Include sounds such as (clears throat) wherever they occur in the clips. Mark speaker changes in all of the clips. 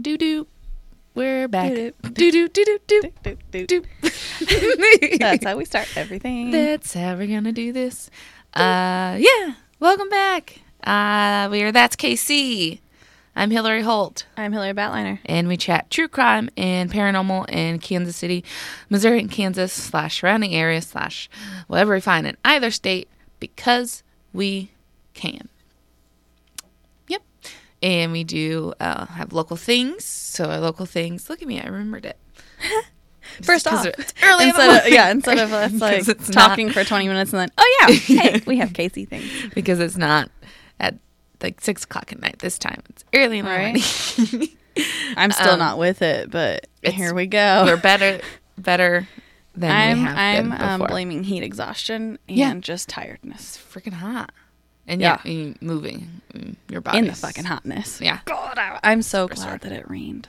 Speaker 1: Doo doo. We're back. Doo
Speaker 2: Doo-doo.
Speaker 1: doo doo doo doo doo. (laughs)
Speaker 2: That's how we start everything.
Speaker 1: That's how we're gonna do this. Uh, yeah. Welcome back. Uh, we are That's KC. I'm Hillary Holt,
Speaker 2: I'm Hillary Batliner.
Speaker 1: and we chat true crime and paranormal in Kansas City, Missouri, and Kansas slash surrounding area slash whatever we find in either state because we can. Yep. And we do uh, have local things. So our local things. Look at me, I remembered it.
Speaker 2: (laughs)
Speaker 1: Just
Speaker 2: First
Speaker 1: 'cause
Speaker 2: off,
Speaker 1: it's early in the
Speaker 2: instead of,
Speaker 1: morning.
Speaker 2: yeah, instead of us
Speaker 1: (laughs)
Speaker 2: like
Speaker 1: 'Cause it's
Speaker 2: talking
Speaker 1: not-
Speaker 2: for 20 minutes and then, oh
Speaker 1: (laughs)
Speaker 2: yeah, hey, we have Casey things.
Speaker 1: because it's not at like six o'clock at night this time. It's early in the
Speaker 2: Right.
Speaker 1: morning. (laughs)
Speaker 2: I'm still
Speaker 1: Um,
Speaker 2: not with it, but
Speaker 1: it's-
Speaker 2: here we go.
Speaker 1: We're better, better than we
Speaker 2: I'm
Speaker 1: have
Speaker 2: I'm
Speaker 1: been
Speaker 2: um,
Speaker 1: before.
Speaker 2: blaming heat exhaustion and
Speaker 1: Yeah.
Speaker 2: just tiredness
Speaker 1: freaking hot, and yeah,
Speaker 2: Yeah.
Speaker 1: you moving mm, your body
Speaker 2: in the fucking hotness.
Speaker 1: Yeah,
Speaker 2: God, I- I'm so glad
Speaker 1: hard.
Speaker 2: that it rained.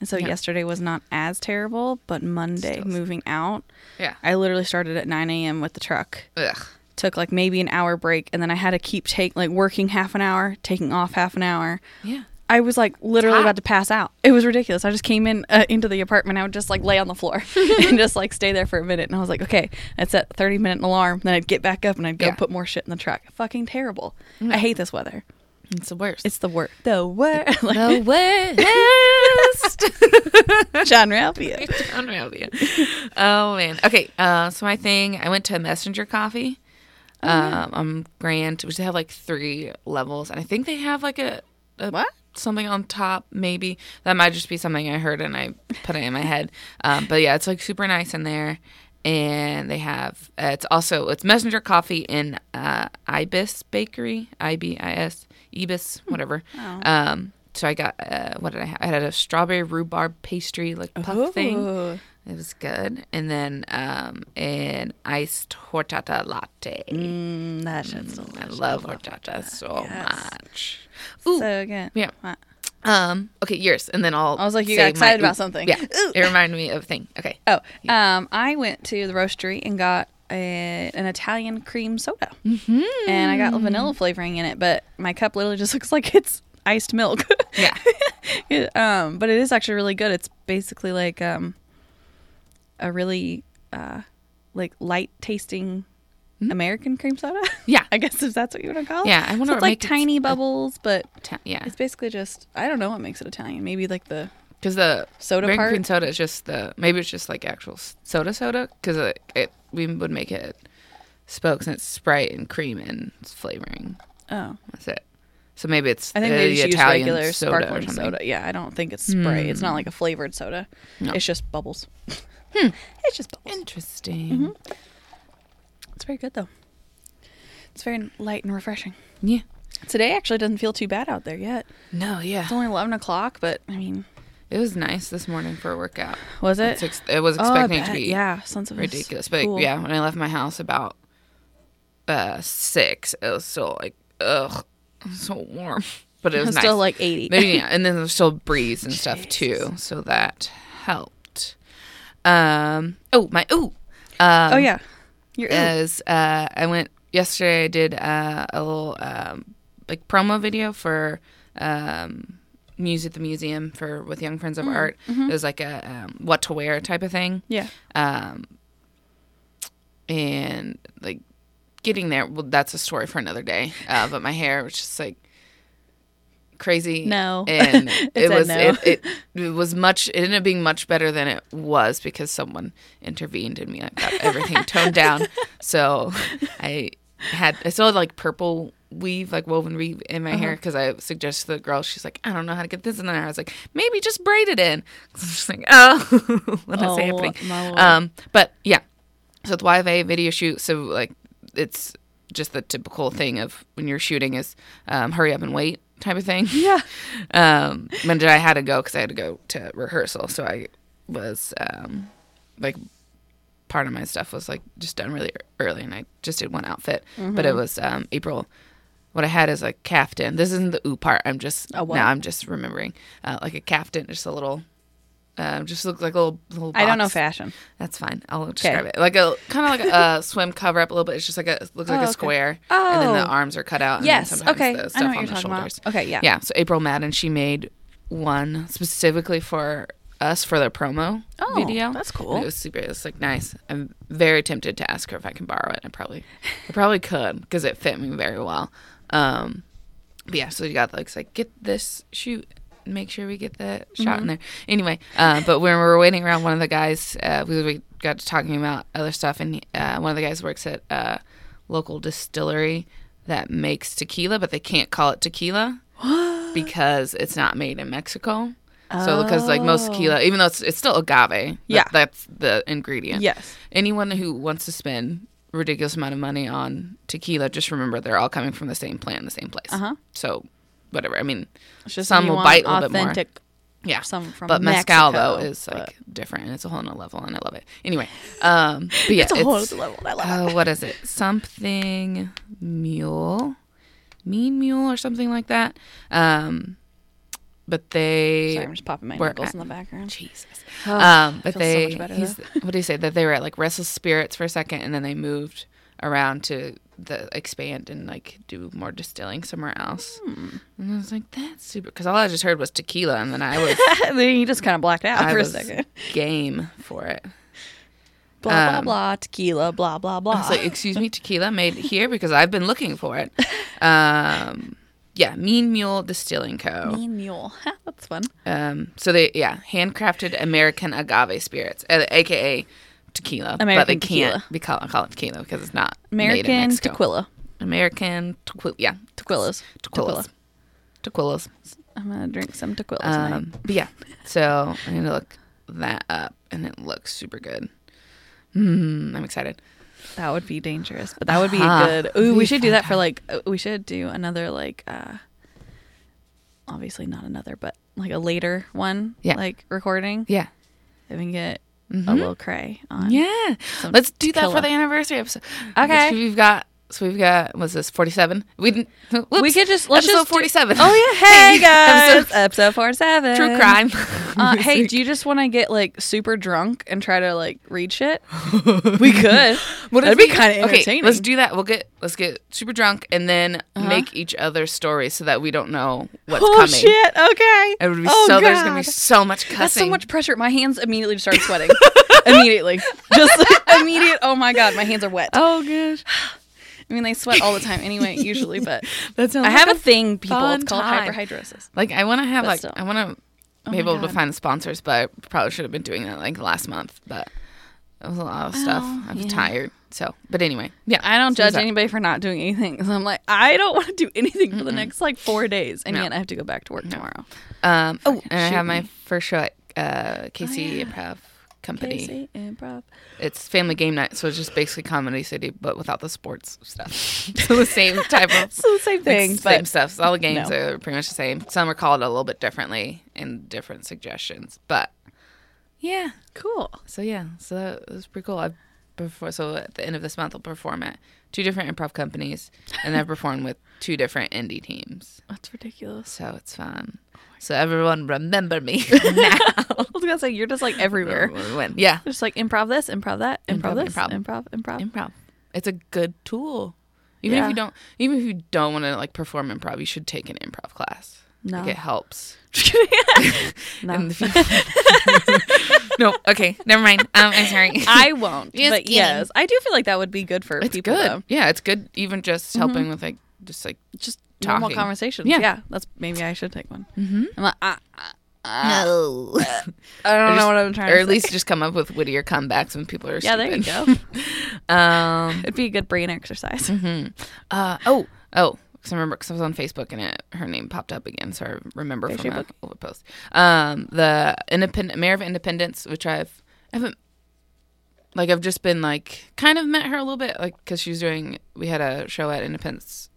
Speaker 2: And so yesterday was not as terrible, but Monday
Speaker 1: Still-
Speaker 2: moving out,
Speaker 1: yeah.
Speaker 2: I literally started at 9 a.m. with the truck.
Speaker 1: Ugh.
Speaker 2: took like maybe an hour break and then I had to keep take like working half an hour, taking off half an hour.
Speaker 1: Yeah.
Speaker 2: I was like literally
Speaker 1: hot.
Speaker 2: about to pass out. It was ridiculous. I just came in uh, into the apartment. I would just like lay on the (laughs) floor and just like stay there for a minute. And I was like, okay, I set a 30 minute alarm. Then I'd get back up and I'd go
Speaker 1: Yeah.
Speaker 2: put more shit in the truck. Fucking terrible. I hate this weather.
Speaker 1: It's the worst.
Speaker 2: It's the worst. Mm. The worst. (laughs) like,
Speaker 1: the worst.
Speaker 2: (laughs)
Speaker 1: (laughs)
Speaker 2: John Ralphio.
Speaker 1: Down around you. oh man. Okay. Uh, so my thing. I went to Messenger Coffee. Um, on Grant, which they have like three levels, and I think they have like a, a
Speaker 2: What?
Speaker 1: something on top maybe that might just be something i heard and i put it in my head um, but yeah it's like super nice in there and they have uh, it's also it's messenger coffee in uh, ibis bakery ibis ibis whatever um, so i got uh, what did i have i had a strawberry rhubarb pastry like puff thing
Speaker 2: Ooh.
Speaker 1: it was good and then um, an iced horchata latte
Speaker 2: Mm, that shit's
Speaker 1: i
Speaker 2: delicious.
Speaker 1: love horchata so
Speaker 2: Yes.
Speaker 1: much Ooh,
Speaker 2: So good.
Speaker 1: yeah.
Speaker 2: Wow.
Speaker 1: um. Okay. Yours, and then I'll.
Speaker 2: I was like, you
Speaker 1: say
Speaker 2: got excited
Speaker 1: my-
Speaker 2: about something.
Speaker 1: Yeah.
Speaker 2: Ooh.
Speaker 1: It reminded me of a thing. Okay.
Speaker 2: Oh, um, I went to the roastery and got a, an Italian cream soda, mm-hmm. and I got vanilla flavoring in it. But my cup literally just (laughs) looks like it's iced milk. (laughs)
Speaker 1: Yeah.
Speaker 2: It- um, but it is actually really good. It's basically like um, a really uh, like light tasting American cream soda. (laughs)
Speaker 1: Yeah.
Speaker 2: I guess if that's what you want to call it.
Speaker 1: Mm-hmm. Yeah, I wonder
Speaker 2: so
Speaker 1: what
Speaker 2: it's like
Speaker 1: makes it
Speaker 2: tiny bubbles, but
Speaker 1: Ta- yeah.
Speaker 2: it's basically just I don't know what makes it Italian. Maybe like the
Speaker 1: Because the
Speaker 2: Soda
Speaker 1: American
Speaker 2: part?
Speaker 1: cream soda is just the maybe it's just like actual s- soda soda because it, it we would make it spokes and it's Sprite and cream and it's flavoring.
Speaker 2: oh
Speaker 1: That's it. So maybe it's
Speaker 2: I think
Speaker 1: Uh, the
Speaker 2: they just
Speaker 1: Italian
Speaker 2: use regular
Speaker 1: soda or
Speaker 2: sparkling
Speaker 1: something. Hmm.
Speaker 2: soda. Yeah, I don't think it's spray. It's not like a flavored soda.
Speaker 1: No.
Speaker 2: It's just bubbles. It's just Mm-hmm. bubbles.
Speaker 1: Interesting.
Speaker 2: It's very good though. It's very light and refreshing.
Speaker 1: Yeah.
Speaker 2: Today actually doesn't feel too bad out there yet.
Speaker 1: No. Yeah.
Speaker 2: It's only eleven o'clock, but I mean,
Speaker 1: It was nice this morning for a workout.
Speaker 2: was
Speaker 1: It's
Speaker 2: it?
Speaker 1: ex- it was
Speaker 2: Oh, I
Speaker 1: expecting it to
Speaker 2: bet.
Speaker 1: be
Speaker 2: yeah, sons of a s-
Speaker 1: ridiculous. But
Speaker 2: fool.
Speaker 1: yeah, when I left my house about uh six, it was still like ugh, it was so warm. (laughs) But it was,
Speaker 2: was
Speaker 1: nice.
Speaker 2: still, like, 80.
Speaker 1: But, yeah, and then there was still breeze and stuff too, so that helped. Um. Oh my. Oh. Um,
Speaker 2: (laughs) oh yeah, you're in.
Speaker 1: is uh, I went yesterday. I did uh, a little um, like promo video for um, Muse at the Museum for with Young Friends of
Speaker 2: Mm,
Speaker 1: Art.
Speaker 2: mm-hmm.
Speaker 1: It was like a um, what to wear type of thing
Speaker 2: yeah.
Speaker 1: um and like getting there well that's a story for another day uh but my hair was just like crazy
Speaker 2: No.
Speaker 1: and
Speaker 2: (laughs) It
Speaker 1: it,
Speaker 2: said
Speaker 1: was
Speaker 2: no.
Speaker 1: it, it it was much it ended up being much better than it was because someone intervened in me i got everything toned
Speaker 2: (laughs)
Speaker 1: down so i had i still had like purple weave like woven weave in my
Speaker 2: Uh-huh.
Speaker 1: hair because i suggested to the girl she's like i don't know how to get this in there i was like maybe just braid it in i was just like oh (laughs) what is
Speaker 2: Oh,
Speaker 1: happening
Speaker 2: my lord.
Speaker 1: um but yeah so the YVA video shoot. So like it's just the typical thing of when you're shooting is um, hurry up and wait type of thing. (laughs)
Speaker 2: Yeah.
Speaker 1: Um, but I had to go because I had to go to rehearsal. So I was um, like part of my stuff was like just done really early, and I just did one outfit. But
Speaker 2: Mm-hmm.
Speaker 1: it was um, April. What I had is a caftan. This isn't the ooh part. I'm just
Speaker 2: A what?
Speaker 1: now. I'm just remembering uh, like a caftan, just a little. Um, just looked like a little. little
Speaker 2: I don't know
Speaker 1: box.
Speaker 2: fashion.
Speaker 1: That's fine. I'll describe it like a kind of like a uh, swim cover up a little bit. It's just like a looks like
Speaker 2: Oh,
Speaker 1: a
Speaker 2: okay.
Speaker 1: square, and then the
Speaker 2: Oh.
Speaker 1: arms are cut out. And
Speaker 2: Yes,
Speaker 1: Then sometimes
Speaker 2: okay. I
Speaker 1: The
Speaker 2: know
Speaker 1: stuff
Speaker 2: what
Speaker 1: on
Speaker 2: you're
Speaker 1: the
Speaker 2: talking about.
Speaker 1: shoulders.
Speaker 2: Okay, yeah.
Speaker 1: Yeah. So April Madden, she made one specifically for us for their promo
Speaker 2: Oh,
Speaker 1: video.
Speaker 2: that's cool.
Speaker 1: And It was super. It was like nice. I'm very tempted to ask her if I can borrow it. I probably, I probably could because it fit me very well. Um, but yeah, so you got like, it's like get this shoot, make sure we get that shot in there. Anyway, uh, but when we were waiting around, one of the guys, uh, we, we got to talking about other stuff, and uh, one of the guys works at a local distillery that makes tequila, but they can't call it tequila because it's not made in Mexico. So, because like most tequila, even though it's, it's still agave,
Speaker 2: Yeah.
Speaker 1: that, that's the ingredient.
Speaker 2: Yes.
Speaker 1: Anyone who wants to spend ridiculous amount of money on tequila, just remember they're all coming from the same plant, in the same place.
Speaker 2: Uh-huh.
Speaker 1: So, whatever. I mean,
Speaker 2: It's just
Speaker 1: some
Speaker 2: you
Speaker 1: will
Speaker 2: want
Speaker 1: bite a little bit more.
Speaker 2: authentic
Speaker 1: yeah.
Speaker 2: some from
Speaker 1: but mezcal though
Speaker 2: Mexico,
Speaker 1: is like different, and it's a whole nother level, and I love it. Anyway, um, but yeah,
Speaker 2: It's a whole other level. I love it.
Speaker 1: uh, what is it? Something mule, mean mule, or something like that. Um, but they
Speaker 2: Sorry, I'm just popping my
Speaker 1: were
Speaker 2: knuckles
Speaker 1: at-
Speaker 2: in the
Speaker 1: (laughs)
Speaker 2: background. (laughs)
Speaker 1: Jesus.
Speaker 2: Oh,
Speaker 1: um, but
Speaker 2: I feel so
Speaker 1: they,
Speaker 2: much better,
Speaker 1: he's,
Speaker 2: though.
Speaker 1: what do you say? That they were at like Restless Spirits for a second, and then they moved around to the expand and like do more distilling somewhere else.
Speaker 2: Hmm.
Speaker 1: And I was like, that's super. Because all I just heard was tequila, and then I
Speaker 2: (laughs)
Speaker 1: was,
Speaker 2: then you just kind of blacked out
Speaker 1: I
Speaker 2: for
Speaker 1: was
Speaker 2: a second.
Speaker 1: game for it.
Speaker 2: Blah
Speaker 1: um,
Speaker 2: blah blah tequila blah blah
Speaker 1: I
Speaker 2: blah.
Speaker 1: was like, excuse me, tequila made here because I've been looking for
Speaker 2: (laughs)
Speaker 1: it. Um, yeah, Mean Mule Distilling Co.
Speaker 2: mean mule. (laughs) That's fun.
Speaker 1: Um, so they, yeah, handcrafted American agave spirits, uh, aka tequila, but they
Speaker 2: American tequila.
Speaker 1: can't be call, call it tequila because it's not made in
Speaker 2: American
Speaker 1: Mexico.
Speaker 2: tequila.
Speaker 1: American tequila, yeah,
Speaker 2: Tequilas.
Speaker 1: tequilas, tequilas.
Speaker 2: I'm gonna drink some tequilas. tonight.
Speaker 1: Um, but yeah, so I need to look that up, and it looks super good. Mm, I'm excited.
Speaker 2: That would be dangerous, but that would be
Speaker 1: Uh-huh.
Speaker 2: a good. Ooh, we
Speaker 1: Be
Speaker 2: should do that for like. uh, We should do another like. uh Obviously not another, but like a later one.
Speaker 1: Yeah.
Speaker 2: Like recording.
Speaker 1: Yeah, Mm-hmm.
Speaker 2: If we can get a little cray on.
Speaker 1: yeah.
Speaker 2: Some
Speaker 1: Let's do that for
Speaker 2: tequila.
Speaker 1: the anniversary episode.
Speaker 2: Okay.
Speaker 1: Which we've got. So we've got what's this? Forty-seven. We didn't.
Speaker 2: We
Speaker 1: whoops,
Speaker 2: could just let's
Speaker 1: episode
Speaker 2: just do-
Speaker 1: forty-seven.
Speaker 2: Oh
Speaker 1: (laughs)
Speaker 2: yeah, hey guys,
Speaker 1: Episode-
Speaker 2: episode four seven.
Speaker 1: True (laughs)
Speaker 2: (laughs)
Speaker 1: crime.
Speaker 2: Uh, hey, do you just want to get like super drunk and try to like read shit?
Speaker 1: (laughs)
Speaker 2: we could.
Speaker 1: What if
Speaker 2: That'd be
Speaker 1: we-
Speaker 2: kind of entertaining. Uh-huh.
Speaker 1: Okay, let's do that. We'll get let's get super drunk and then make each other's stories so that we don't know what's
Speaker 2: oh
Speaker 1: coming.
Speaker 2: shit! Okay.
Speaker 1: It would be
Speaker 2: oh,
Speaker 1: so there's gonna be
Speaker 2: God.
Speaker 1: so much cussing.
Speaker 2: That's so much pressure. My hands immediately start
Speaker 1: (laughs)
Speaker 2: sweating. immediately, just (laughs) immediate. Oh my god, my hands are wet.
Speaker 1: Oh gosh,
Speaker 2: I mean, they sweat all the time
Speaker 1: (laughs)
Speaker 2: anyway, usually. But
Speaker 1: that sounds.
Speaker 2: I have a thing, people. It's
Speaker 1: fun
Speaker 2: called
Speaker 1: time.
Speaker 2: hyperhidrosis.
Speaker 1: like I want to have
Speaker 2: But
Speaker 1: like
Speaker 2: still.
Speaker 1: I want to
Speaker 2: Oh my
Speaker 1: be able to
Speaker 2: God.
Speaker 1: find sponsors, but I probably should have been doing that like last month. But it was a lot of stuff.
Speaker 2: Well,
Speaker 1: I was
Speaker 2: yeah.
Speaker 1: tired. So, but anyway, yeah.
Speaker 2: I don't
Speaker 1: so there's
Speaker 2: judge
Speaker 1: that.
Speaker 2: anybody for not doing anything. 'cause I'm like, I don't want to do anything for the next like four days, and
Speaker 1: No.
Speaker 2: yet I have to go back to work tomorrow.
Speaker 1: Um, oh, and I
Speaker 2: shoot
Speaker 1: have my
Speaker 2: me. Oh,
Speaker 1: first show at uh, KC
Speaker 2: yeah.
Speaker 1: Improv Company.
Speaker 2: Casey, improv.
Speaker 1: It's family game night, so it's just basically Comedy City, but without the sports
Speaker 2: (laughs)
Speaker 1: stuff. (laughs) so the same type of
Speaker 2: So the (laughs) same thing,
Speaker 1: like,
Speaker 2: but
Speaker 1: same stuff. So all the games
Speaker 2: no.
Speaker 1: are pretty much the same. Some are called a little bit differently and different suggestions, but yeah.
Speaker 2: cool.
Speaker 1: So yeah, so that was pretty cool. I before so at the end of this month, I'll perform at two different improv companies, and I've performed with two different indie teams. (laughs)
Speaker 2: That's ridiculous.
Speaker 1: So it's fun.
Speaker 2: Oh
Speaker 1: so everyone remember
Speaker 2: (laughs)
Speaker 1: me.
Speaker 2: I was gonna say you're just like everywhere.
Speaker 1: When we win. Yeah,
Speaker 2: Just like improv this, improv that, improv,
Speaker 1: Improv,
Speaker 2: this,
Speaker 1: improv.
Speaker 2: improv, improv.
Speaker 1: improv. It's a good tool. Even if
Speaker 2: Yeah.
Speaker 1: you don't, even if you don't want to like perform improv, you should take an improv class.
Speaker 2: No.
Speaker 1: Like it helps. (laughs)
Speaker 2: (laughs) No.
Speaker 1: And if you- (laughs) no, okay, never mind. Um, I'm
Speaker 2: (laughs)
Speaker 1: sorry.
Speaker 2: I won't.
Speaker 1: Just
Speaker 2: but
Speaker 1: kidding.
Speaker 2: yes, I do feel like that would be good for
Speaker 1: it's
Speaker 2: people.
Speaker 1: good.
Speaker 2: Though. Mm-hmm.
Speaker 1: Yeah, it's good. Even just helping with like just like
Speaker 2: Just normal
Speaker 1: Talking.
Speaker 2: conversations.
Speaker 1: Yeah.
Speaker 2: Yeah. that's maybe I should take one. Mm-hmm. I'm like, ah, ah,
Speaker 1: no.
Speaker 2: (laughs) I don't know what I'm trying
Speaker 1: or
Speaker 2: to
Speaker 1: at least just come up with wittier comebacks when people are
Speaker 2: Yeah, there you
Speaker 1: stupid.
Speaker 2: go.
Speaker 1: (laughs) Um.
Speaker 2: It'd be a good brain exercise.
Speaker 1: Uh. Oh. Oh. Because I remember, because I was on Facebook and it, her name popped up again, so I remember from a
Speaker 2: Facebook.
Speaker 1: old post. Um, the independent mayor of Independence, which I've I haven't like I've just been like kind of met her a little bit, like because she was doing. We had a show at Independence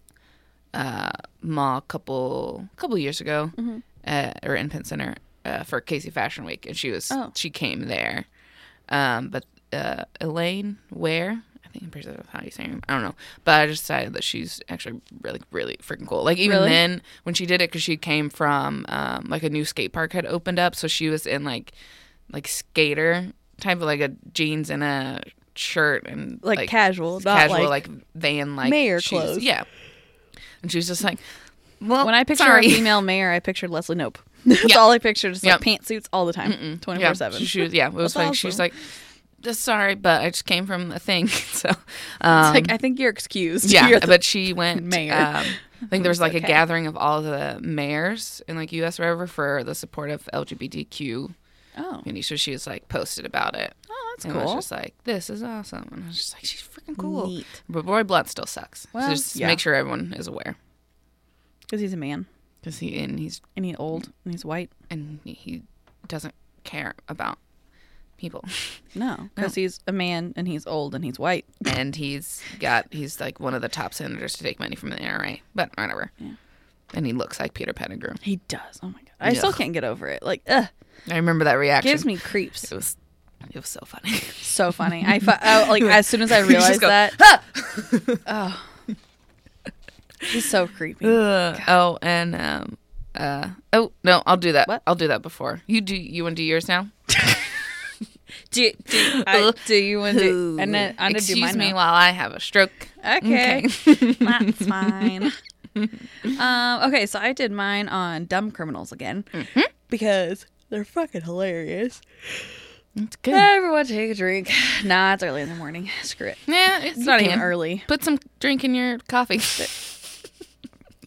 Speaker 1: uh, Mall a couple couple years ago,
Speaker 2: Mm-hmm.
Speaker 1: uh, or Independence Center uh, for Casey Fashion Week, and she was
Speaker 2: Oh.
Speaker 1: she came there. Um, but uh, Elaine Ware, I think I'm pretty sure that's how you say her. name. I don't know, but I just decided that she's actually really really freaking cool. Like even
Speaker 2: Really?
Speaker 1: then when she did it, because she came from um, like a new skate park had opened up, so she was in like like skater type of like a jeans and a shirt and
Speaker 2: Like casual, not
Speaker 1: casual
Speaker 2: like
Speaker 1: like, van like
Speaker 2: mayor
Speaker 1: she was-
Speaker 2: clothes.
Speaker 1: Yeah, and she was just like, well,
Speaker 2: "Oh, When I picture
Speaker 1: "Oh, sorry.
Speaker 2: a female mayor, I pictured Leslie Nope. (laughs) That's
Speaker 1: Yeah.
Speaker 2: all I pictured. Just like
Speaker 1: Yep.
Speaker 2: pantsuits all the time, twenty four
Speaker 1: (laughs)
Speaker 2: seven.
Speaker 1: Yeah, she was, yeah, it was
Speaker 2: That's
Speaker 1: like she was
Speaker 2: awesome.
Speaker 1: like, just sorry, but I just came from a thing. (laughs)
Speaker 2: (laughs)
Speaker 1: So, um,
Speaker 2: Like I think you're excused. (laughs)
Speaker 1: yeah,
Speaker 2: You're the-
Speaker 1: but she went.
Speaker 2: (laughs) mayor.
Speaker 1: Um, I think there was like
Speaker 2: Okay.
Speaker 1: a gathering of all the mayors in like U.S. or whatever for the support of LGBTQ
Speaker 2: oh,
Speaker 1: community. So she was like posted about it.
Speaker 2: oh, that's
Speaker 1: and I was
Speaker 2: cool.
Speaker 1: just like, this is awesome. And I was just like, she's freaking cool.
Speaker 2: Neat.
Speaker 1: But Roy Blunt still sucks.
Speaker 2: Well,
Speaker 1: so just
Speaker 2: yeah.
Speaker 1: make sure everyone is aware
Speaker 2: Because he's a man
Speaker 1: because he and he's
Speaker 2: and he's old and he's white.
Speaker 1: and he doesn't care about people.
Speaker 2: No, because he's a man and he's old and he's white.
Speaker 1: and he's got he's like one of the top senators to take money from the NRA, but whatever. And he looks like Peter Pettigrew.
Speaker 2: He does. Oh my god, I still
Speaker 1: Ugh.
Speaker 2: can't get over it. Like, ugh,
Speaker 1: I remember that reaction.
Speaker 2: gives me creeps. (laughs)
Speaker 1: it was it was so funny.
Speaker 2: So funny. I, fu- (laughs) I like as soon as I
Speaker 1: You just
Speaker 2: realized
Speaker 1: go,
Speaker 2: that. (laughs) oh, he's so creepy.
Speaker 1: Ugh. oh, and um uh oh no, I'll do that.
Speaker 2: What?
Speaker 1: I'll do that before you do. You want to do yours now?
Speaker 2: Do, do, I, do you want to? And then I'm gonna
Speaker 1: Excuse
Speaker 2: do mine.
Speaker 1: me
Speaker 2: now.
Speaker 1: while I have a stroke.
Speaker 2: Okay, (laughs)
Speaker 1: Okay.
Speaker 2: that's fine. (laughs) um, okay, so I did mine on dumb criminals again because they're fucking hilarious.
Speaker 1: (laughs) It's good.
Speaker 2: Everyone take a drink. Nah, it's early in the morning. Screw it.
Speaker 1: yeah, it's
Speaker 2: It's
Speaker 1: not
Speaker 2: not
Speaker 1: can.
Speaker 2: even early.
Speaker 1: Put some drink in your coffee.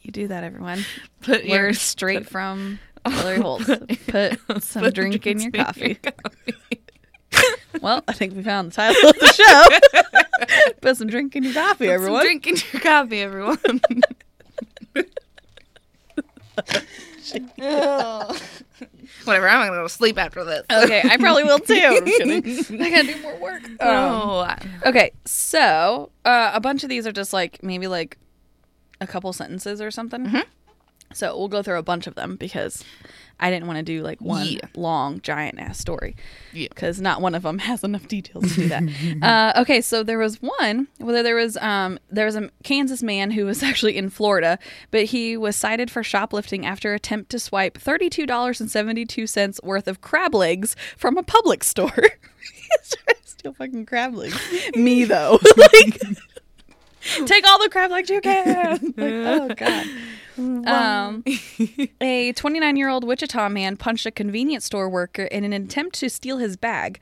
Speaker 2: You do that, everyone.
Speaker 1: Put (laughs)
Speaker 2: We're straight (laughs) from Hillary Holtz. Put (laughs) some
Speaker 1: put
Speaker 2: drink in your
Speaker 1: drinks
Speaker 2: coffee. (laughs)
Speaker 1: coffee.
Speaker 2: Well, I think we found the title of the show. (laughs) Put some drink in your coffee, everyone.
Speaker 1: drinking your coffee, (laughs) everyone. Whatever, I'm gonna go to sleep after this.
Speaker 2: Okay, I probably will too. (laughs) I'm kidding. I gotta do more work. Um,
Speaker 1: Oh, I-
Speaker 2: Okay, so uh, a bunch of these are just like maybe like a couple sentences or something.
Speaker 1: Mm-hmm.
Speaker 2: So we'll go through a bunch of them because I didn't want to do like one
Speaker 1: Yeah.
Speaker 2: long giant ass story.
Speaker 1: Yeah.
Speaker 2: Because not one of them (laughs) has enough details to do
Speaker 1: (laughs)
Speaker 2: that. uh, okay, so there was one whether there was um there was a Kansas man who was (laughs) actually in Florida, but he was cited for shoplifting after attempt to swipe thirty two dollars and seventy two cents worth of crab legs from a public store. (laughs) He's (laughs) trying to steal fucking crab legs. Me though, (laughs) like take all the crab legs you can. Like, oh god. (laughs) Um, a 29 year old Wichita man punched a convenience store worker in an attempt to steal his bag.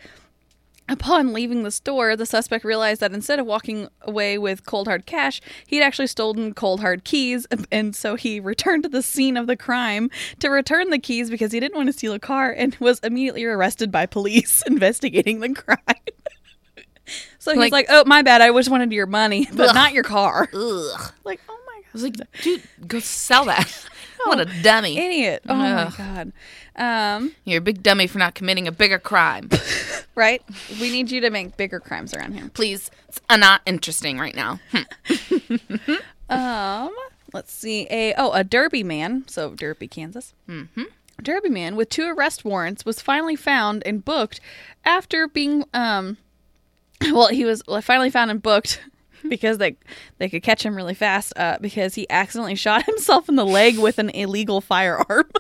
Speaker 2: Upon leaving the store, the suspect realized that instead of walking away with cold hard cash, he'd actually stolen cold hard keys, (laughs) and so he returned to the scene of the crime to return the keys because he didn't want to steal a car and was immediately arrested by police (laughs) investigating the crime. (laughs) so he's
Speaker 1: Like-
Speaker 2: like, "Oh, my bad. I just wanted your money, (laughs) but not your car."
Speaker 1: ugh.
Speaker 2: (laughs) Like, "Oh my god."
Speaker 1: I was like, dude, go sell (laughs) that. What a dummy!
Speaker 2: idiot. Oh
Speaker 1: Ugh.
Speaker 2: my god. Um,
Speaker 1: You're a big dummy for not committing a bigger (laughs) crime.
Speaker 2: right? We need you to make bigger crimes around here.
Speaker 1: Please, it's uh, not interesting right now. Hmm.
Speaker 2: Um, let's see. A oh, a Derby man. So Derby, Kansas. Mm-hmm. Derby man with two arrest warrants was finally found and booked after being um, (coughs) well, he was well, finally found and booked (laughs) because they they could catch him really fast uh, because he accidentally shot (laughs) himself in the leg with an illegal firearm.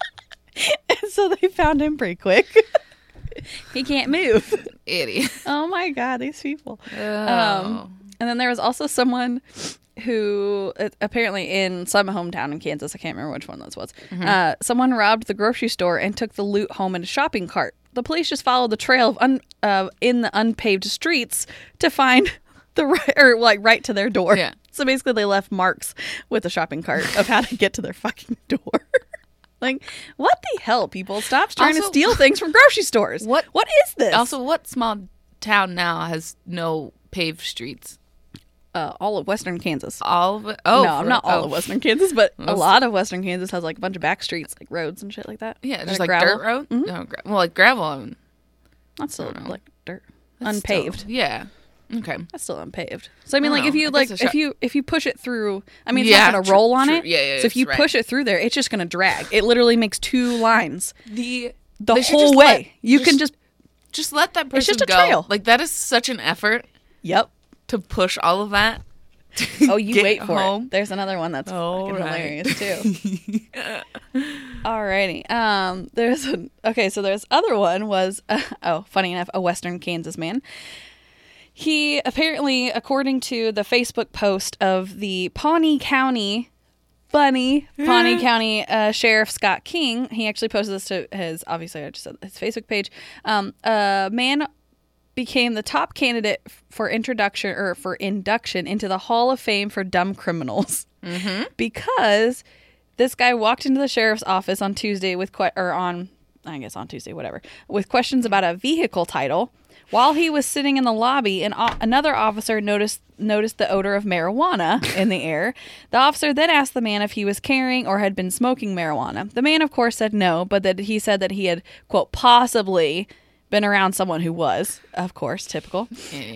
Speaker 2: (laughs) and so they found him pretty quick. (laughs) he can't move.
Speaker 1: Idiot.
Speaker 2: Oh my god, these people. Um,
Speaker 1: Oh.
Speaker 2: And then there was also someone who uh, apparently in some hometown in Kansas, I can't remember which one this was,
Speaker 1: Mm-hmm.
Speaker 2: uh, someone robbed the grocery store and took the loot home in a shopping cart. The police just followed the trail of un- uh, in the unpaved streets to find (laughs) the right, or like right to their door.
Speaker 1: Yeah.
Speaker 2: (laughs) So basically, they left marks with the shopping cart of how to get to their fucking (laughs) door. like, what the hell, people? Stop trying to
Speaker 1: Also-
Speaker 2: steal things from grocery stores.
Speaker 1: What-
Speaker 2: What is this?
Speaker 1: Also, what small town now has no paved streets?
Speaker 2: uh, all of Western Kansas.
Speaker 1: All of it. Oh,
Speaker 2: no,
Speaker 1: for-
Speaker 2: not all
Speaker 1: oh,
Speaker 2: of Western Kansas, but a
Speaker 1: Most-
Speaker 2: lot of Western Kansas has like a bunch of back streets, like roads and shit like that.
Speaker 1: Yeah,
Speaker 2: That
Speaker 1: just
Speaker 2: are
Speaker 1: like
Speaker 2: gravel.
Speaker 1: dirt road. No, gra- well, like gravel. I mean,
Speaker 2: Not still like dirt,
Speaker 1: that's still-
Speaker 2: unpaved.
Speaker 1: yeah. Okay.
Speaker 2: That's still unpaved. So I mean, like
Speaker 1: Oh,
Speaker 2: if you
Speaker 1: I guess
Speaker 2: like
Speaker 1: a
Speaker 2: if
Speaker 1: shot-
Speaker 2: you if you push it through, I mean, it's
Speaker 1: Yeah,
Speaker 2: not gonna
Speaker 1: true-
Speaker 2: roll on
Speaker 1: true.
Speaker 2: it.
Speaker 1: Yeah, yeah,
Speaker 2: So if you
Speaker 1: that's
Speaker 2: push it through there, it's just gonna drag. It literally makes two lines
Speaker 1: The
Speaker 2: the whole way. you can just
Speaker 1: just let that person
Speaker 2: just a
Speaker 1: go.
Speaker 2: trail.
Speaker 1: Like that is such an effort
Speaker 2: yep.
Speaker 1: to push all of (laughs) that. to
Speaker 2: Oh, you
Speaker 1: get
Speaker 2: wait for
Speaker 1: home.
Speaker 2: it. There's another one that's
Speaker 1: All
Speaker 2: fucking
Speaker 1: right.
Speaker 2: hilarious
Speaker 1: (laughs)
Speaker 2: too. Alrighty. Um, there's an, okay. So there's other one was (laughs) uh, oh, funny enough, a Western Kansas man. He apparently, according to the Facebook post of the Pawnee County funny. Pawnee County uh, Sheriff Scott King, he actually posted this to his, obviously, I just said his Facebook page. Um, a man became the top candidate for introduction or for induction into the Hall of Fame for Dumb Criminals because this guy walked into the sheriff's office on Tuesday with que- or on I guess on Tuesday whatever with questions about a vehicle title. While he was sitting in the lobby, an o- another officer noticed noticed the odor of marijuana in the air. The officer then asked the man if he was carrying or had been smoking marijuana. The man, of course, said no, but that he said that he had quote possibly been around someone who was, of course, typical.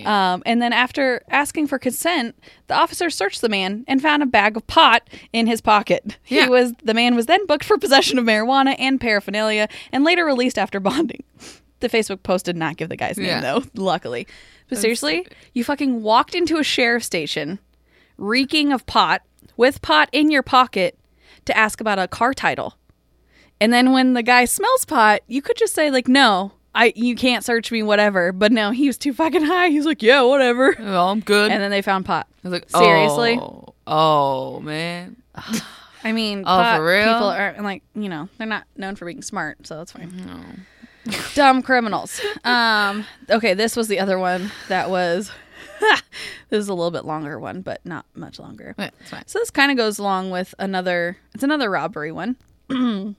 Speaker 2: Um, and then after asking for consent, the officer searched the man and found a bag of pot in his pocket.
Speaker 1: Yeah.
Speaker 2: He was the man was then booked for possession of marijuana and paraphernalia and later released after bonding. (laughs) The Facebook post did not give the guy's name
Speaker 1: Yeah.
Speaker 2: though, (laughs) luckily. But seriously, you fucking walked into a sheriff's station reeking of pot with pot in your pocket to ask about a car title. And then when the guy smells pot, you could just say like, "No, I you can't search me, whatever." But no, he was too fucking high. He's like, "Yeah, whatever."
Speaker 1: (laughs) Well, Oh, I'm good.
Speaker 2: And then they found pot.
Speaker 1: I was like,
Speaker 2: seriously?
Speaker 1: Oh, oh, man.
Speaker 2: I mean,
Speaker 1: Oh,
Speaker 2: pot
Speaker 1: for real?
Speaker 2: people are and like, you know, they're not known for being smart, so that's fine. (laughs) Dumb criminals. Um, okay, this was the other one that was. (laughs) this is a little bit longer one, but not much longer.
Speaker 1: Yeah, it's fine.
Speaker 2: So this kind of goes along with another. It's another robbery one. (clears throat)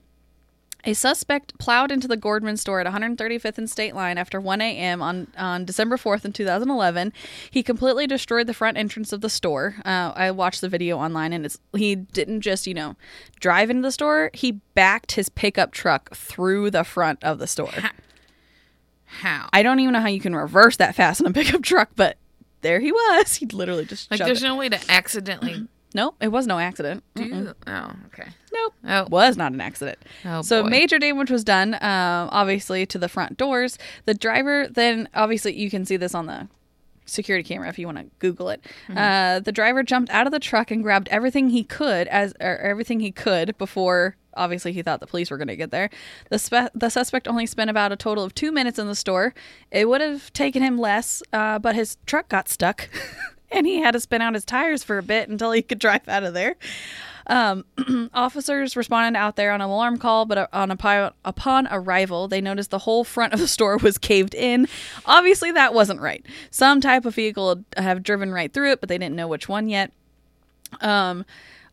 Speaker 2: A suspect plowed into the Gordman store at 135th and State Line after 1 a.m. on on December 4th in 2011. He completely destroyed the front entrance of the store. Uh, I watched the video online, and it's he didn't just you know drive into the store. He backed his pickup truck through the front of the store.
Speaker 1: How?
Speaker 2: I don't even know how you can reverse that fast in a pickup truck, but there he was. He literally just
Speaker 1: like,
Speaker 2: shoved
Speaker 1: there's
Speaker 2: it.
Speaker 1: no way to accidentally
Speaker 2: nope, it was no accident.
Speaker 1: do. Oh, okay.
Speaker 2: Nope.
Speaker 1: Oh.
Speaker 2: Was not an accident.
Speaker 1: Oh,
Speaker 2: so
Speaker 1: boy.
Speaker 2: major damage was done, um, obviously, to the front doors. The driver then, obviously, you can see this on the security camera if you want to Google it.
Speaker 1: Mm-hmm.
Speaker 2: Uh, the driver jumped out of the truck and grabbed everything he could as or everything he could before. Obviously, he thought the police were going to get there. The, spe- the suspect only spent about a total of two minutes in the store. It would have taken him less, uh, but his truck got stuck, (laughs) and he had to spin out his tires for a bit until he could drive out of there. Um, officers responded out there on an alarm call, but uh, on a, upon arrival, they noticed the whole front of the store was caved in. Obviously, that wasn't right. Some type of vehicle had- have driven right through it, but they didn't know which one yet. Um,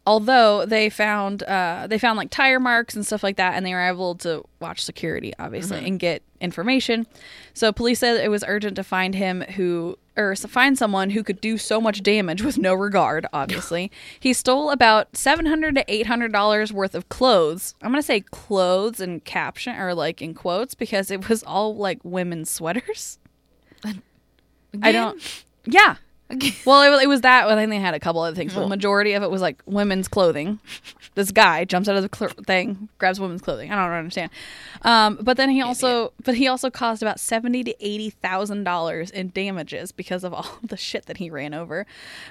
Speaker 2: although they found uh, they found like tire marks and stuff like that, and they were able to watch security, obviously, and get information. So police said it was urgent to find him who or s- find someone who could do so much damage with no regard. Obviously, he stole about seven hundred to eight hundred dollars worth of clothes. I'm gonna say clothes in caption or like in quotes because it was all like women's sweaters. I don't. Yeah.
Speaker 1: (laughs) Again?
Speaker 2: Well, it, wa- it was that. Well, then they had a couple other things, but the majority of it was like women's clothing. This guy jumps out of the cl- thing, grabs women's clothing. I don't understand. Um, but then he also, but he also caused about seventy to eighty thousand dollars in damages because of (laughs) all the shit that he ran over.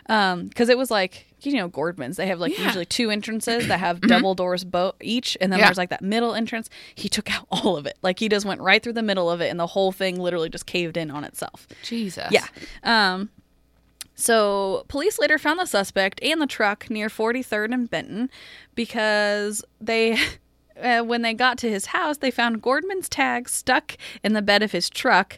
Speaker 2: Because it was like you know Gordman's, they have like
Speaker 1: Yeah. Mm-hmm.
Speaker 2: usually two entrances
Speaker 1: (clears throat)
Speaker 2: that have double doors both each, and then
Speaker 1: Yeah.
Speaker 2: there's like that middle entrance. He took out (laughs) all of it. Like he just went right through the middle of it, and the whole thing literally just caved in on itself.
Speaker 1: Jesus.
Speaker 2: Yeah. Um, so police later found the suspect and the truck near 43rd and Benton because they. (laughs) Uh, when they got to his house, they found Gordman's tag stuck in the bed of his truck.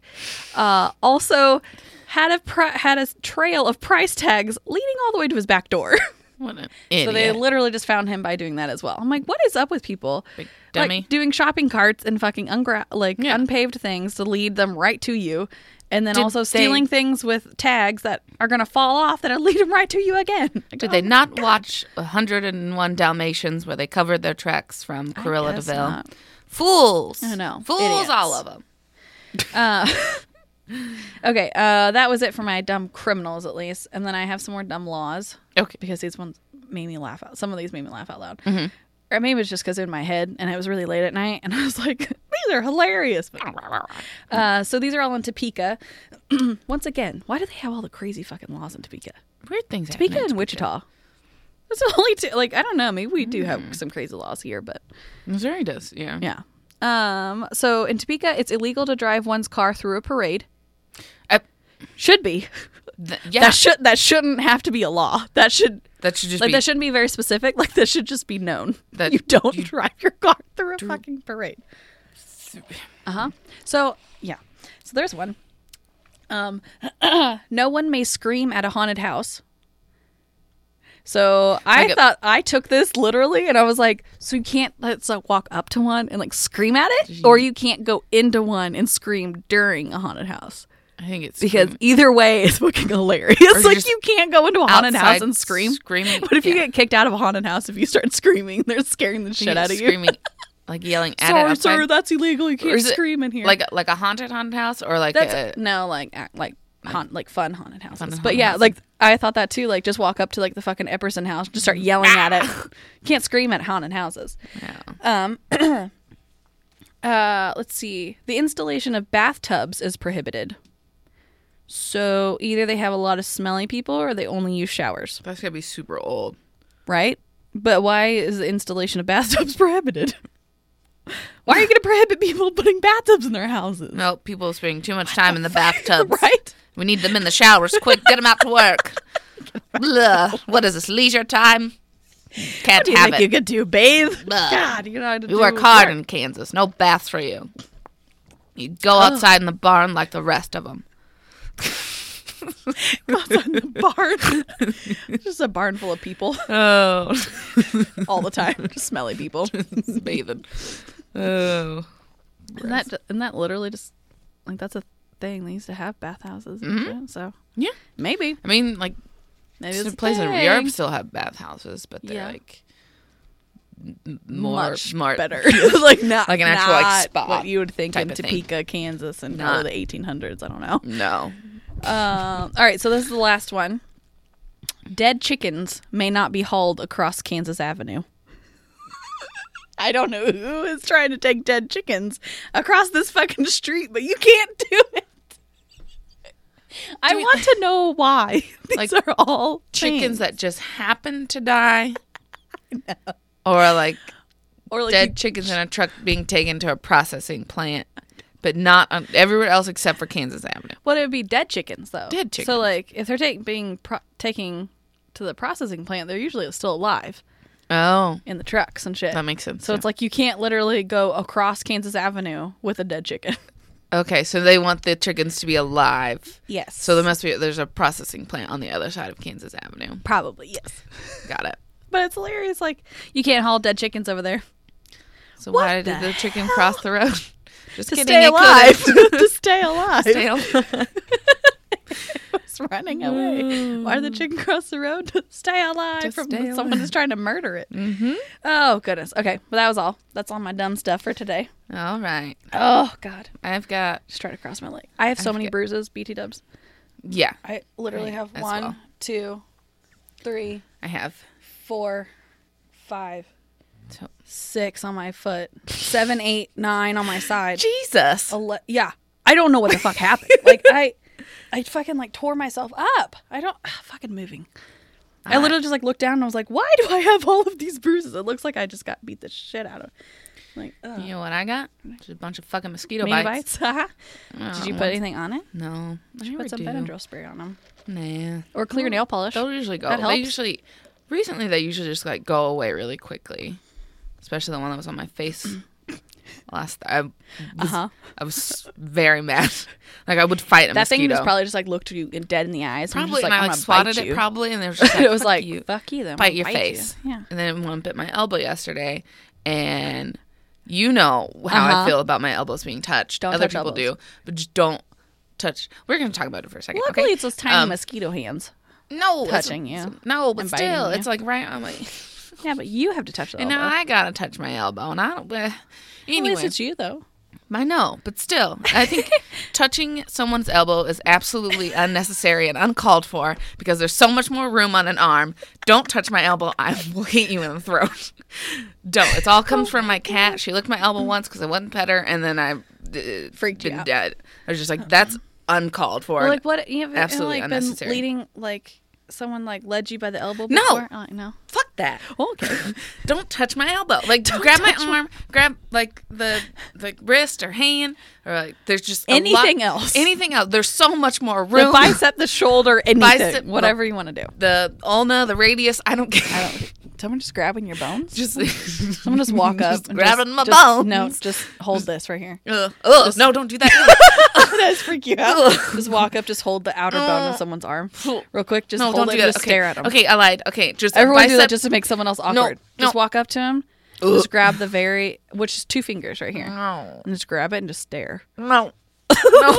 Speaker 2: Uh, also, had a pri- had a trail of price tags leading all the way to his back door. (laughs)
Speaker 1: What an idiot.
Speaker 2: so they literally just found him by doing that as well. I'm like, what is up with people?
Speaker 1: Big dummy.
Speaker 2: Like doing shopping carts and fucking ungra- like
Speaker 1: Yeah.
Speaker 2: unpaved things to lead them right to you, and then
Speaker 1: Did
Speaker 2: also
Speaker 1: they-
Speaker 2: stealing things with tags that are (laughs) gonna fall off that'll lead them right to you again. Like,
Speaker 1: Did
Speaker 2: oh,
Speaker 1: they not watch 101 Dalmatians where they covered their tracks from Corilla
Speaker 2: guess
Speaker 1: Deville?
Speaker 2: not.
Speaker 1: Fools.
Speaker 2: I know.
Speaker 1: Fools,
Speaker 2: Idiots.
Speaker 1: all of them.
Speaker 2: Okay, uh, that was it for my dumb criminals at least, and then I have some more dumb laws
Speaker 1: Okay.
Speaker 2: because these ones made me laugh out. Some of these made me laugh out loud.
Speaker 1: Mm-hmm.
Speaker 2: Or maybe it's just because in my head, and it was really late at night, and I was like, (laughs) "These are hilarious." But Uh, so these are all in Topeka. (clears throat) Once again, why do they have all the crazy fucking laws in Topeka?
Speaker 1: Weird things happen.
Speaker 2: Topeka and Wichita. That's (laughs) the only two. Like I don't know. Maybe we do have some crazy laws here, but
Speaker 1: Missouri does. Yeah.
Speaker 2: yeah. Um. So in Topeka, it's illegal to drive one's car through a parade.
Speaker 1: Uh,
Speaker 2: Should be.
Speaker 1: th- yeah.
Speaker 2: That should that shouldn't have to be a law. That should
Speaker 1: That should just
Speaker 2: Like
Speaker 1: be
Speaker 2: that shouldn't be very specific. Like that should just be known
Speaker 1: That
Speaker 2: that you don't (laughs) drive your car through a fucking parade. Uh huh. So yeah. So there's one. Um, (clears throat) no one may scream at a haunted house. So I
Speaker 1: Like a-
Speaker 2: thought I took this literally, and I was like, so you can't let's like walk up to one and like scream at it, or you can't go into one and scream during a haunted house.
Speaker 1: I think it's
Speaker 2: Because either way (laughs) is fucking hilarious.
Speaker 1: you're
Speaker 2: like
Speaker 1: Mm. just
Speaker 2: you can't go into a haunted house
Speaker 1: outside
Speaker 2: and scream.
Speaker 1: screaming.
Speaker 2: But if you
Speaker 1: Yeah.
Speaker 2: get kicked out of a haunted house, if you start (laughs) screaming, they're scaring the shit
Speaker 1: You're
Speaker 2: out of you.
Speaker 1: screaming, like yelling at it
Speaker 2: Sorry,
Speaker 1: outside.
Speaker 2: sir, that's illegal. You
Speaker 1: Or
Speaker 2: can't
Speaker 1: is it
Speaker 2: scream in here.
Speaker 1: like like a haunted haunted house or like
Speaker 2: that's
Speaker 1: a,
Speaker 2: no, like act- like haunt, like fun haunted houses.
Speaker 1: haunted
Speaker 2: but yeah,
Speaker 1: houses.
Speaker 2: like I thought that too. Like just walk up to like the fucking Epperson house, just start yelling at it.
Speaker 1: Ah!
Speaker 2: You (laughs) can't scream at haunted houses.
Speaker 1: no.
Speaker 2: Um, (clears throat) uh, let's see. The installation of bathtubs is prohibited. So either they have a lot of smelly people, or they only use showers,
Speaker 1: that's gonna be super old.
Speaker 2: right? But why is the installation of (laughs) bathtubs prohibited? Why are you going to prohibit people putting bathtubs in their houses?
Speaker 1: No, people spending too much time in the
Speaker 2: (laughs)
Speaker 1: bathtubs.
Speaker 2: Right?
Speaker 1: We need them in the showers. Quick, get them out to
Speaker 2: (laughs)
Speaker 1: work. Blah. What is this leisure time? Can't
Speaker 2: Do you
Speaker 1: have
Speaker 2: think you
Speaker 1: it.
Speaker 2: could do bathe?
Speaker 1: Blah.
Speaker 2: God, you know how to
Speaker 1: We
Speaker 2: do (laughs)
Speaker 1: work hard in Kansas. No baths for you. You go outside in the barn like the rest of them.
Speaker 2: Goes
Speaker 1: (laughs)
Speaker 2: on the barn. (laughs) Just a barn full of people (laughs)
Speaker 1: Oh, (laughs)
Speaker 2: all the time. Just smelly people.
Speaker 1: bathing. Oh,
Speaker 2: And that and that literally just like that's a thing. They used to have bathhouses and
Speaker 1: Mm-hmm.
Speaker 2: shit. So
Speaker 1: yeah.
Speaker 2: maybe
Speaker 1: I mean, like
Speaker 2: maybe
Speaker 1: Some
Speaker 2: it's a
Speaker 1: places in
Speaker 2: thing.
Speaker 1: Europe still have bathhouses, but they're
Speaker 2: Yeah.
Speaker 1: like m- more
Speaker 2: much
Speaker 1: more (laughs)
Speaker 2: better. (laughs) like not
Speaker 1: Like an actual, like,
Speaker 2: not
Speaker 1: spa
Speaker 2: What you would think
Speaker 1: type
Speaker 2: in
Speaker 1: of thing.
Speaker 2: Topeka, Kansas, in
Speaker 1: Not-
Speaker 2: the 1800s. I don't know.
Speaker 1: No,
Speaker 2: Um, all right, so this is the last one. Dead chickens may not be hauled across Kansas Avenue. I don't know who is trying to take dead chickens across this fucking street, but you can't do it. I want to know why. (laughs) These
Speaker 1: Like,
Speaker 2: are all
Speaker 1: chickens
Speaker 2: things.
Speaker 1: that just happen to (laughs) die, or like
Speaker 2: or like
Speaker 1: dead chickens in a truck being taken to a processing plant, but not on, everywhere else except for Kansas Avenue.
Speaker 2: What it would be dead chickens though.
Speaker 1: Dead chickens.
Speaker 2: So like if they're taking being pro- taking to the processing plant, they're usually still alive
Speaker 1: Oh,
Speaker 2: in the trucks and shit.
Speaker 1: that makes sense.
Speaker 2: So it's like you can't literally go across Kansas Avenue with a dead chicken. (laughs)
Speaker 1: okay, so they want the chickens to be alive.
Speaker 2: Yes.
Speaker 1: So there must be there's a processing plant on the other side of Kansas Avenue.
Speaker 2: probably yes.
Speaker 1: Got it.
Speaker 2: But it's hilarious. Like you can't haul dead chickens over there
Speaker 1: So
Speaker 2: What
Speaker 1: why did
Speaker 2: the
Speaker 1: the chicken cross the road? (laughs) Just
Speaker 2: to
Speaker 1: kidding,
Speaker 2: stay
Speaker 1: it could've. (laughs)
Speaker 2: alive. (laughs) to stay alive.
Speaker 1: Stay alive.
Speaker 2: It's running away. Why did the chicken cross the road? Mm. (laughs) To stay alive
Speaker 1: To
Speaker 2: from
Speaker 1: stay
Speaker 2: someone who's trying to murder it. Mm-hmm. Oh goodness. Okay. Well, that was all. That's all my dumb stuff for today.
Speaker 1: All right.
Speaker 2: Oh god.
Speaker 1: I've got
Speaker 2: Just trying to cross my leg. I have so many
Speaker 1: forget-
Speaker 2: bruises. BT dubs.
Speaker 1: yeah,
Speaker 2: I literally
Speaker 1: Right,
Speaker 2: have
Speaker 1: as
Speaker 2: one,
Speaker 1: well.
Speaker 2: two, three,
Speaker 1: I have.
Speaker 2: four, five,
Speaker 1: So
Speaker 2: six on my foot,
Speaker 1: (laughs)
Speaker 2: seven, eight, nine on my side.
Speaker 1: Jesus.
Speaker 2: Ele- yeah, I don't know what the fuck
Speaker 1: (laughs)
Speaker 2: happened. Like I, I fucking like tore myself up. I don't ah, fucking moving. I
Speaker 1: Alright.
Speaker 2: literally just like looked down and I was like, why do I have all of these bruises? It looks like I just got beat the shit out of. Like, ugh.
Speaker 1: You know what I got? Just a bunch of fucking mosquito
Speaker 2: Mini
Speaker 1: bites.
Speaker 2: bites. (laughs) Uh-huh. Did you put anything on it?
Speaker 1: No. I never
Speaker 2: Put some
Speaker 1: do.
Speaker 2: Benadryl spray on them
Speaker 1: Nah.
Speaker 2: or clear nail polish.
Speaker 1: They'll usually go.
Speaker 2: That
Speaker 1: They
Speaker 2: helps.
Speaker 1: usually recently they usually just like go away really quickly. Especially the one that was on my
Speaker 2: (clears throat)
Speaker 1: face last I was,
Speaker 2: Uh-huh.
Speaker 1: I was very mad. (laughs) Like I would fight a
Speaker 2: That
Speaker 1: mosquito.
Speaker 2: thing just probably just like looked you in- dead in the eyes.
Speaker 1: probably
Speaker 2: and, was just,
Speaker 1: and I
Speaker 2: I'm
Speaker 1: like
Speaker 2: gonna
Speaker 1: swatted
Speaker 2: bite
Speaker 1: it
Speaker 2: you.
Speaker 1: probably and there was
Speaker 2: (laughs)
Speaker 1: just like,
Speaker 2: it was
Speaker 1: "Fuck
Speaker 2: like
Speaker 1: you.
Speaker 2: fuck you, then I'm
Speaker 1: bite
Speaker 2: gonna
Speaker 1: your
Speaker 2: you."
Speaker 1: face.
Speaker 2: Yeah.
Speaker 1: And then one bit my elbow yesterday, and you know how I
Speaker 2: Uh-huh.
Speaker 1: feel about my elbows being touched.
Speaker 2: Don't
Speaker 1: Other
Speaker 2: touch
Speaker 1: people
Speaker 2: elbows.
Speaker 1: do, but just don't touch. We're gonna talk about it for a second.
Speaker 2: Luckily,
Speaker 1: okay?
Speaker 2: it's those tiny
Speaker 1: Um,
Speaker 2: mosquito hands.
Speaker 1: no it's-
Speaker 2: touching you
Speaker 1: No, but
Speaker 2: and biting
Speaker 1: still,
Speaker 2: you.
Speaker 1: it's like right on my.
Speaker 2: (laughs) Yeah, but you have to touch the
Speaker 1: And
Speaker 2: elbow.
Speaker 1: now I gotta touch my elbow, and I don't. Uh,
Speaker 2: At least
Speaker 1: anyway,
Speaker 2: it's you though.
Speaker 1: I know, but still, I think
Speaker 2: (laughs)
Speaker 1: touching someone's elbow is absolutely unnecessary and uncalled for because there's so much more room on an arm. Don't touch my elbow; I will hit you in the throat. (laughs) Don't. It all comes from my cat. She licked my elbow once because I wasn't pet her, and then I uh,
Speaker 2: Freaked you
Speaker 1: been
Speaker 2: out.
Speaker 1: dead. I was just like, "That's uncalled for."
Speaker 2: Well, like what? You have
Speaker 1: Absolutely
Speaker 2: like
Speaker 1: unnecessary.
Speaker 2: been leading like someone like led you by the elbow.
Speaker 1: No.
Speaker 2: Before? Oh, no.
Speaker 1: Fuck (laughs) that.
Speaker 2: Okay.
Speaker 1: Don't touch my elbow. Like grab my arm, grab like the the wrist or hand or like there's just a lot-
Speaker 2: Anything else.
Speaker 1: Anything else. There's so much more room.
Speaker 2: The bicep,
Speaker 1: (laughs)
Speaker 2: the shoulder, anything,
Speaker 1: Bicep-
Speaker 2: whatever you want to do.
Speaker 1: the ulna, the radius. I don't care.
Speaker 2: I don't. Someone just grabbing your
Speaker 1: (laughs)
Speaker 2: bones.
Speaker 1: just (laughs)
Speaker 2: (laughs) Someone just walk up.
Speaker 1: Just
Speaker 2: and
Speaker 1: grabbing my
Speaker 2: just- No,
Speaker 1: bones.
Speaker 2: just hold this
Speaker 1: (laughs)
Speaker 2: right here. (laughs)
Speaker 1: Ugh, ugh, no, don't do that.
Speaker 2: That's freak you
Speaker 1: (laughs)
Speaker 2: out. just walk up. Just hold the outer bone of someone's arm real quick. Just
Speaker 1: Uh. no,
Speaker 2: hold
Speaker 1: don't
Speaker 2: it.
Speaker 1: do
Speaker 2: and
Speaker 1: that.
Speaker 2: Just
Speaker 1: okay.
Speaker 2: stare at them.
Speaker 1: Okay, I lied. Okay, just
Speaker 2: Everyone
Speaker 1: bicep,
Speaker 2: do that just to make someone else awkward. Just
Speaker 1: no.
Speaker 2: walk up to him. Just grab the very, which is two fingers right here, (laughs)
Speaker 1: No,
Speaker 2: and just grab it and just stare.
Speaker 1: no, no,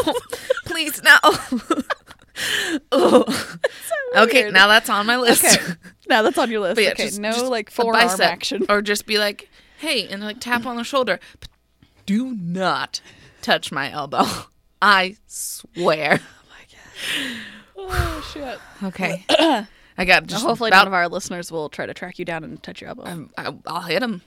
Speaker 1: please,
Speaker 2: (laughs)
Speaker 1: no. Ugh. (laughs) okay,
Speaker 2: weird.
Speaker 1: now that's on my list. (laughs)
Speaker 2: Okay, now that's on your list.
Speaker 1: But yeah,
Speaker 2: okay,
Speaker 1: just-
Speaker 2: no
Speaker 1: just
Speaker 2: like
Speaker 1: a
Speaker 2: forearm
Speaker 1: bicep, (laughs)
Speaker 2: action.
Speaker 1: or just be like, "Hey," and like tap on the shoulder. But do not touch my elbow. (laughs) I swear.
Speaker 2: Oh shit!
Speaker 1: Okay, (coughs) I got just
Speaker 2: Hopefully,
Speaker 1: about Um,
Speaker 2: none of our listeners will try to track you down and touch your elbow.
Speaker 1: I, I'll hit him.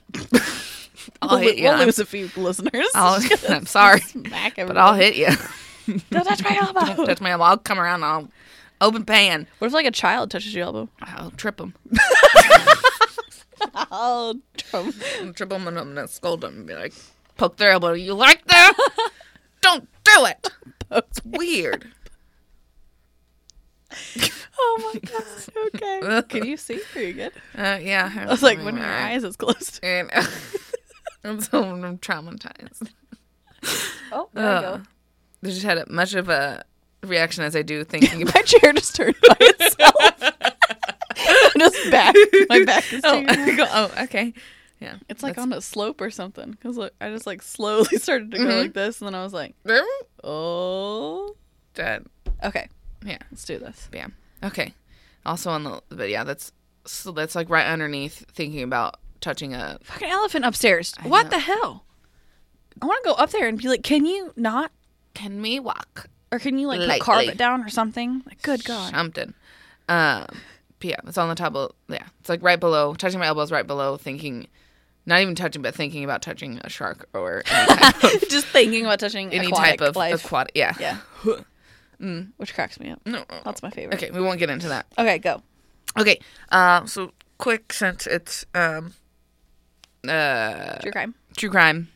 Speaker 1: I'll
Speaker 2: (laughs) we'll,
Speaker 1: hit
Speaker 2: lo-
Speaker 1: you.
Speaker 2: we'll
Speaker 1: I'm,
Speaker 2: lose a few listeners. (laughs)
Speaker 1: I'll, I'm (laughs) sorry,
Speaker 2: Smack
Speaker 1: but I'll
Speaker 2: everyone.
Speaker 1: hit
Speaker 2: (laughs)
Speaker 1: you.
Speaker 2: Don't
Speaker 1: (laughs)
Speaker 2: touch my elbow.
Speaker 1: Touch my elbow. I'll come around. I'll open pan.
Speaker 2: What if like a child touches your elbow?
Speaker 1: I'll trip
Speaker 2: (laughs)
Speaker 1: him.
Speaker 2: Oh,
Speaker 1: (laughs) I'll trip him and I'm gonna scold him and be like, poke their elbow. You like that?
Speaker 2: (laughs)
Speaker 1: Don't do (laughs) it. It's weird.
Speaker 2: (laughs) oh my god.
Speaker 1: (laughs)
Speaker 2: Okay. Can you see? Are you good?
Speaker 1: Uh, yeah.
Speaker 2: I was like, when
Speaker 1: (laughs)
Speaker 2: your eyes is closed.
Speaker 1: And I'm so I'm traumatized. Uh,
Speaker 2: Oh, (laughs) there you go.
Speaker 1: I just had a, much of a reaction as I do
Speaker 2: (laughs)
Speaker 1: thinking about.
Speaker 2: My chair just turned by itself. (laughs) just back. My back is
Speaker 1: (laughs) Oh,
Speaker 2: turned.
Speaker 1: I go, oh, okay. Yeah.
Speaker 2: It's like
Speaker 1: that's-
Speaker 2: on a slope or something. Because look, I just like slowly (laughs) started to go
Speaker 1: Mm-hmm.
Speaker 2: like this, and then I was like, oh.
Speaker 1: Dad.
Speaker 2: Okay,
Speaker 1: Yeah.
Speaker 2: let's do this.
Speaker 1: Yeah. Okay. Also on the but yeah, that's so that's like right underneath thinking about touching a
Speaker 2: Fucking elephant upstairs. what
Speaker 1: know.
Speaker 2: the hell? I want to go up there and be like, can you not?
Speaker 1: can we walk
Speaker 2: Or can you like put
Speaker 1: Lightly.
Speaker 2: carpet down or something? Like, good God.
Speaker 1: (laughs)
Speaker 2: (laughs)
Speaker 1: something. Um but yeah, it's on the top of yeah. It's like right below touching my elbows right below thinking not even touching but thinking about touching a shark or any type
Speaker 2: (laughs)
Speaker 1: of,
Speaker 2: just thinking about touching
Speaker 1: any
Speaker 2: aquatic
Speaker 1: type of
Speaker 2: life,
Speaker 1: aquatic yeah. (laughs)
Speaker 2: Yeah. which cracks me up.
Speaker 1: No.
Speaker 2: That's my favorite.
Speaker 1: Okay, we won't get into that.
Speaker 2: Okay, go.
Speaker 1: Okay. Um so quick since it's um uh
Speaker 2: True crime.
Speaker 1: true crime.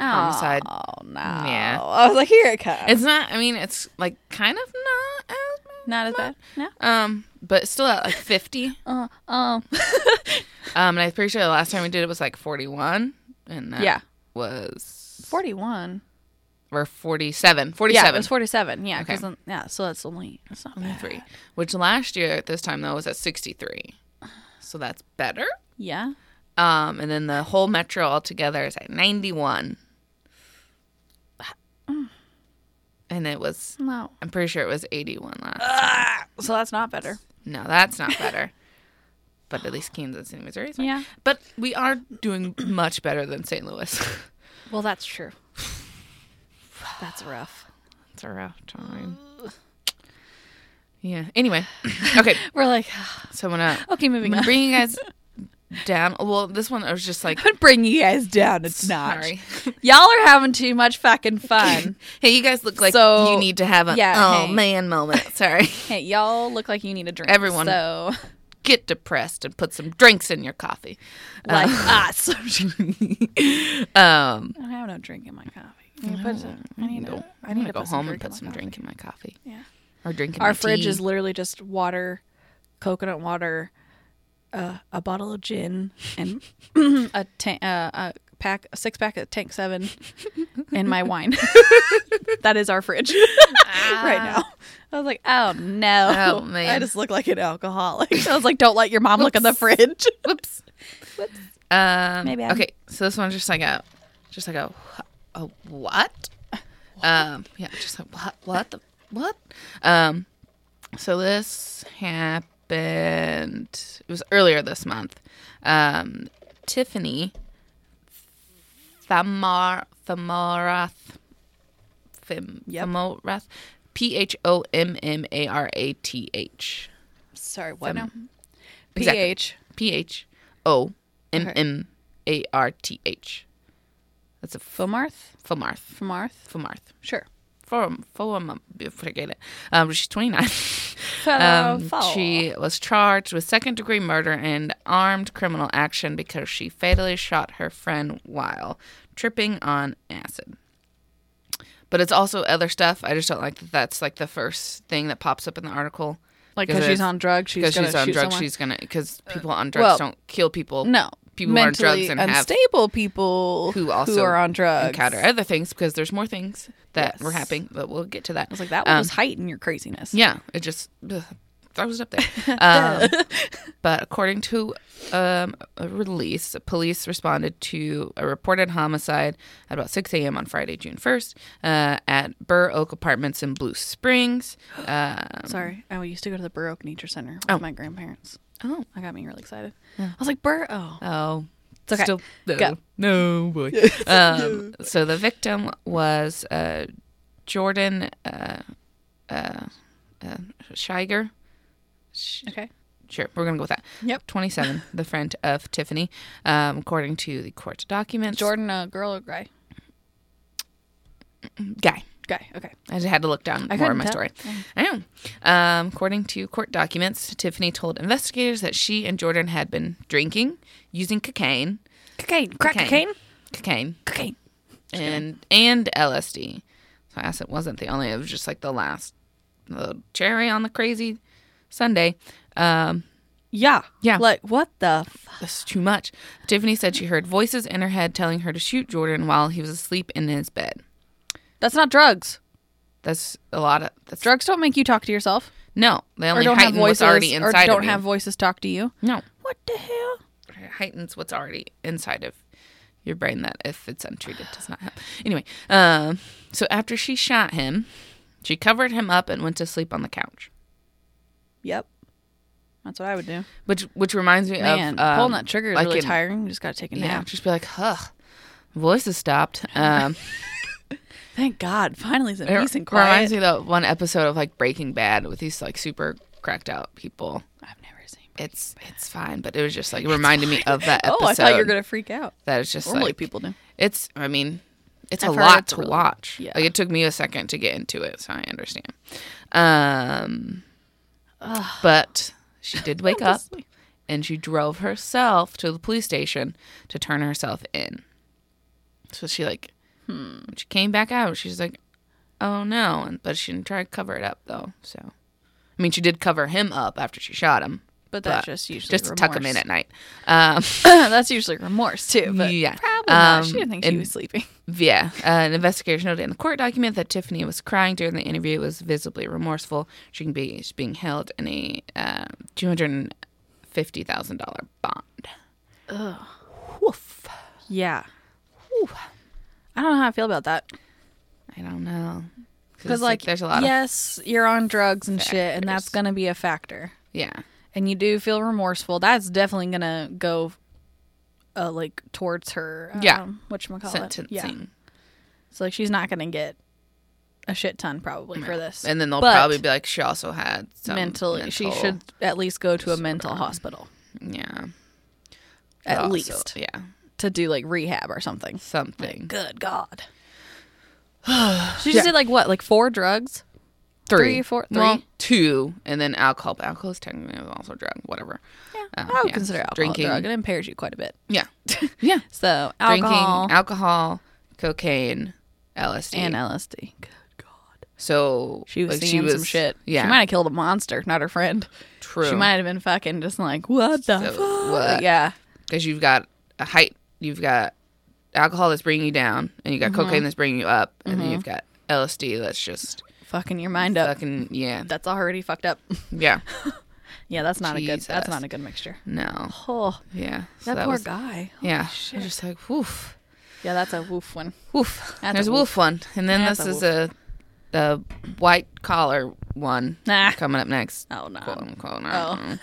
Speaker 1: Homicide.
Speaker 2: Oh no!
Speaker 1: Yeah.
Speaker 2: I was like, here it comes.
Speaker 1: It's not. I mean, it's like kind of not as bad,
Speaker 2: not as bad. No.
Speaker 1: um, but still at like fifty.
Speaker 2: Uh, um.
Speaker 1: Um, and I'm pretty sure the last time we did it was like forty-one, and that
Speaker 2: Yeah.
Speaker 1: was
Speaker 2: (laughs) Forty-one.
Speaker 1: or 47, 47,
Speaker 2: Yeah, it was forty-seven. Yeah.
Speaker 1: Okay.
Speaker 2: 'cause then- yeah. So that's only. That's not bad.
Speaker 1: 43, Which last year at this time though was at sixty-three, so that's better.
Speaker 2: Yeah.
Speaker 1: Um, and then the whole metro altogether is at ninety-one, and it was.
Speaker 2: No.
Speaker 1: I'm pretty sure it was eighty-one last.
Speaker 2: Uh. So that's not better.
Speaker 1: No, that's not better. but at least Kansas City, Missouri. Is fine.
Speaker 2: Yeah.
Speaker 1: But we are doing much better than St. Louis. (laughs)
Speaker 2: Well, that's true. (sighs) That's rough.
Speaker 1: it's a rough time. (sighs) Yeah.
Speaker 2: (sighs)
Speaker 1: Anyway, okay.
Speaker 2: We're like, (sighs)
Speaker 1: So I'm gonna
Speaker 2: okay, moving (laughs) on.
Speaker 1: bring you guys down. Well, this one I was just
Speaker 2: (laughs)
Speaker 1: like,
Speaker 2: Could bring you guys down. It's not.
Speaker 1: sorry. (laughs)
Speaker 2: Y'all are having too much fucking (laughs) fun.
Speaker 1: hey, you guys look like
Speaker 2: So,
Speaker 1: you need to have a
Speaker 2: yeah,
Speaker 1: oh
Speaker 2: hey.
Speaker 1: man
Speaker 2: (laughs)
Speaker 1: moment. Sorry.
Speaker 2: hey, y'all look like you need a drink.
Speaker 1: Everyone.
Speaker 2: (laughs) So
Speaker 1: Get depressed and put some drinks in your coffee. Uh,
Speaker 2: like us.
Speaker 1: (laughs)
Speaker 2: (laughs)
Speaker 1: Um,
Speaker 2: I have no drink in my coffee. I need to put some- I need to, I
Speaker 1: I'm
Speaker 2: need
Speaker 1: gonna
Speaker 2: to
Speaker 1: go
Speaker 2: put some
Speaker 1: home and
Speaker 2: drink in
Speaker 1: put
Speaker 2: my
Speaker 1: some
Speaker 2: coffee.
Speaker 1: drink in my coffee
Speaker 2: Yeah.
Speaker 1: or drink in
Speaker 2: Our
Speaker 1: my
Speaker 2: fridge
Speaker 1: tea.
Speaker 2: is literally just water, coconut water, uh, a bottle of gin, and (laughs) a, ta- uh, a pack, a six pack of Tank (laughs) Seven, and my (laughs) wine. that is our fridge (laughs) right now. I was like, oh no, (laughs)
Speaker 1: Oh, man.
Speaker 2: I just look like an alcoholic. (laughs) I was like, don't let your mom look in the (laughs) fridge.
Speaker 1: Whoops. Um,
Speaker 2: Maybe I'm-
Speaker 1: okay, so this one's just like a, just like a, wh- a what? Um, yeah, just like what? What the what? Um, so this happened. It was earlier this month. Um, Tiffany Thamar Thamarath Fim
Speaker 2: Yep.
Speaker 1: Thamorath P H O M M A R A T H
Speaker 2: Sorry, what? now?
Speaker 1: Exactly.
Speaker 2: Ph.
Speaker 1: P H O M M A R T H. That's a f-
Speaker 2: Fomarth.
Speaker 1: Fomarth.
Speaker 2: Fomarth.
Speaker 1: Fomarth.
Speaker 2: Sure. (laughs)
Speaker 1: Forum. Forum. Forget it. Um, she's 29.
Speaker 2: Fellow Oh, foul.
Speaker 1: she was charged with second degree murder and armed criminal action because she fatally shot her friend while tripping on acid. But it's also other stuff. I just don't like that that's like the first thing that pops up in the article.
Speaker 2: like
Speaker 1: Because
Speaker 2: because she's
Speaker 1: it's-
Speaker 2: on drugs, she's
Speaker 1: Because
Speaker 2: gonna
Speaker 1: she's on
Speaker 2: shoot
Speaker 1: drugs,
Speaker 2: someone. Uh,
Speaker 1: she's going to, because people on drugs
Speaker 2: well,
Speaker 1: don't kill people.
Speaker 2: no
Speaker 1: people who are on
Speaker 2: mentally
Speaker 1: drugs and have-
Speaker 2: unstable people
Speaker 1: who also
Speaker 2: are on drugs.
Speaker 1: Encounter other things because there's more things that were
Speaker 2: Yes.
Speaker 1: happening, but we'll get to that.
Speaker 2: I was like, that would
Speaker 1: Um,
Speaker 2: just heighten your craziness.
Speaker 1: Yeah, it just ugh, throws it
Speaker 2: (laughs)
Speaker 1: up there. Um, but according to um, a release, police responded to a reported homicide at about 6 a.m. on Friday, June 1st, uh, at Burr Oak Apartments in Blue
Speaker 2: (gasps)
Speaker 1: Springs. Um,
Speaker 2: Sorry, I used to go to the Burr Oak Nature Center with my grandparents.
Speaker 1: Oh.
Speaker 2: that got me really excited. I was like, Burr, oh,
Speaker 1: Oh,
Speaker 2: It's okay.
Speaker 1: Still, no,
Speaker 2: Go.
Speaker 1: no boy. (laughs) um, so the victim was uh, Jordan uh, uh, uh, Shiger. Sh-
Speaker 2: okay,
Speaker 1: Sure, we're gonna go with that.
Speaker 2: Yep.
Speaker 1: 27, the friend of Tiffany, um, according to the court documents.
Speaker 2: Jordan, a girl or guy?
Speaker 1: guy.
Speaker 2: Guy, okay.
Speaker 1: I just had to look down
Speaker 2: I
Speaker 1: more of
Speaker 2: couldn't
Speaker 1: my
Speaker 2: tell.
Speaker 1: story. I know. Um, according to court documents, Tiffany told investigators that she and Jordan had been drinking, using cocaine,
Speaker 2: Cocaine, crack
Speaker 1: Cocaine. cocaine,
Speaker 2: cocaine.
Speaker 1: and and LSD. So acid wasn't the only. It was just like the last the cherry on the crazy Sunday. Um,
Speaker 2: Yeah,
Speaker 1: Yeah.
Speaker 2: Like what the? F-
Speaker 1: This is too much. Tiffany said she heard voices in her head telling her to shoot Jordan while he was asleep in his bed.
Speaker 2: that's not drugs.
Speaker 1: That's a lot of that's
Speaker 2: Drugs don't make you talk to yourself,
Speaker 1: no. They
Speaker 2: or
Speaker 1: only
Speaker 2: don't have
Speaker 1: heighten what's
Speaker 2: voices,
Speaker 1: already
Speaker 2: or
Speaker 1: inside.
Speaker 2: don't
Speaker 1: of
Speaker 2: have
Speaker 1: you.
Speaker 2: voices talk to you.
Speaker 1: no.
Speaker 2: What the hell?
Speaker 1: It heightens what's already inside of your brain that if it's untreated does not help. Anyway, um, so after she shot him, she covered him up and went to sleep on the couch.
Speaker 2: Yep, that's what I would do.
Speaker 1: Which which reminds me
Speaker 2: Man,
Speaker 1: of um,
Speaker 2: pulling that trigger is
Speaker 1: like
Speaker 2: really
Speaker 1: in-
Speaker 2: tiring. You just gotta take a
Speaker 1: Yeah,
Speaker 2: nap.
Speaker 1: just be like, huh, voice has
Speaker 2: (laughs)
Speaker 1: stopped. Um,
Speaker 2: Thank God, finally some
Speaker 1: it
Speaker 2: peace and quiet.
Speaker 1: reminds me of that one episode of like Breaking Bad with these like super cracked out people.
Speaker 2: I've never seen.
Speaker 1: It's it's fine, but it was just like it reminded me of that episode.
Speaker 2: (laughs) Oh, I thought you were gonna freak out.
Speaker 1: that is just
Speaker 2: Normally
Speaker 1: like
Speaker 2: people do. (clears throat)
Speaker 1: it's i mean it's
Speaker 2: I've
Speaker 1: a
Speaker 2: heard
Speaker 1: lot
Speaker 2: it's
Speaker 1: to
Speaker 2: really-
Speaker 1: watch
Speaker 2: yeah.
Speaker 1: like it took me a second to get into it so i understand um but she
Speaker 2: (laughs)
Speaker 1: did wake up and she drove herself to the police station to turn herself in so she like
Speaker 2: Hmm.
Speaker 1: when she came back out she's like oh no and but she didn't try to cover it up though so i mean she did cover him up after she shot him
Speaker 2: But that's
Speaker 1: but
Speaker 2: just usually
Speaker 1: just to
Speaker 2: remorse.
Speaker 1: tuck him in at night um
Speaker 2: that's usually remorse too. But
Speaker 1: Yeah.
Speaker 2: probably not. She
Speaker 1: Um,
Speaker 2: didn't think she
Speaker 1: and-
Speaker 2: was sleeping.
Speaker 1: Yeah, uh, an investigation noted in the court document that Tiffany was crying during the interview was visibly remorseful. She can be she's being held in a uh, two hundred and fifty thousand dollar bond. Ugh. Woof.
Speaker 2: Yeah. I don't know how I feel about that
Speaker 1: I don't know.
Speaker 2: because
Speaker 1: it's
Speaker 2: like,
Speaker 1: there's a lot of
Speaker 2: yes, you're on drugs and shit, and that's gonna be a factor.
Speaker 1: yeah.
Speaker 2: And you do feel remorseful. That's definitely gonna go, uh, like towards her. Um,
Speaker 1: Yeah.
Speaker 2: What you call it?
Speaker 1: sentencing.
Speaker 2: Yeah. So like she's not gonna get a shit ton probably for this.
Speaker 1: And then they'll
Speaker 2: But
Speaker 1: probably be like she also had some
Speaker 2: mentally, she
Speaker 1: mental-
Speaker 2: should at least go to a mental hospital
Speaker 1: yeah.
Speaker 2: at
Speaker 1: Also-
Speaker 2: least
Speaker 1: Yeah.
Speaker 2: to do like rehab or something.
Speaker 1: Something.
Speaker 2: Good God. (sighs) she just did like what, like four drugs? Three, four-
Speaker 1: Well,
Speaker 2: three?
Speaker 1: two and then alcohol. But alcohol is technically also a drug, whatever. Um, Yeah.
Speaker 2: I would consider alcohol
Speaker 1: drinking.
Speaker 2: a drug. It impairs you quite a bit.
Speaker 1: Yeah. Yeah.
Speaker 2: So
Speaker 1: Drinking,
Speaker 2: alcohol
Speaker 1: alcohol, cocaine, LSD.
Speaker 2: and LSD. Good God.
Speaker 1: so
Speaker 2: She was
Speaker 1: like,
Speaker 2: seeing some shit.
Speaker 1: Yeah,
Speaker 2: She might have killed a monster, not her friend.
Speaker 1: true.
Speaker 2: She might have been fucking just like, what the
Speaker 1: So,
Speaker 2: fuck?
Speaker 1: what?
Speaker 2: Yeah.
Speaker 1: because you've got a height, you've got alcohol that's bringing you down, and you got
Speaker 2: Mm-hmm.
Speaker 1: cocaine that's bringing you up, and then you've got LSD that's just
Speaker 2: Fucking your mind up.
Speaker 1: fucking yeah,
Speaker 2: That's already fucked up. (laughs)
Speaker 1: yeah.
Speaker 2: yeah, that's not a good that's
Speaker 1: Jesus.
Speaker 2: not a good mixture.
Speaker 1: No,
Speaker 2: Oh,
Speaker 1: yeah. So
Speaker 2: that, poor
Speaker 1: was-
Speaker 2: guy.
Speaker 1: Yeah, I was just like woof,
Speaker 2: Yeah, that's a woof one.
Speaker 1: woof.
Speaker 2: That's
Speaker 1: There's
Speaker 2: a
Speaker 1: a wolf one, and then
Speaker 2: That's
Speaker 1: this
Speaker 2: a
Speaker 1: is a a white collar one
Speaker 2: Nah.
Speaker 1: coming up next.
Speaker 2: Oh no. (laughs)
Speaker 1: Quote unquote. I
Speaker 2: Oh.
Speaker 1: don't know.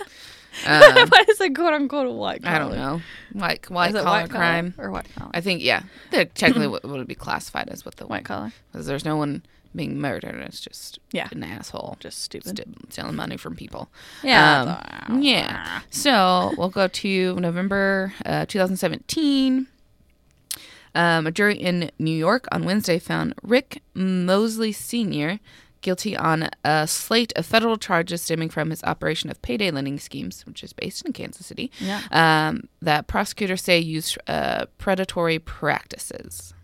Speaker 1: Um,
Speaker 2: Why is it quote unquote white collar?
Speaker 1: I don't know. Like white
Speaker 2: Is it
Speaker 1: collar
Speaker 2: white collar
Speaker 1: crime.
Speaker 2: or white collar?
Speaker 1: I think yeah. They're
Speaker 2: (clears throat)
Speaker 1: technically what would be classified as what the
Speaker 2: White collar.
Speaker 1: because there's no one being murdered. It's just
Speaker 2: Yeah.
Speaker 1: an asshole just
Speaker 2: Just stupid.
Speaker 1: sti- stealing money from people.
Speaker 2: Yeah.
Speaker 1: Um, yeah. So we'll go to November uh, 2017. Um, a jury in New York on Wednesday found Rick Mosley Sr. guilty on a slate of federal charges stemming from his operation of payday lending schemes, which is based in Kansas City,
Speaker 2: Yeah.
Speaker 1: um, that prosecutors say used uh, predatory practices
Speaker 2: (laughs)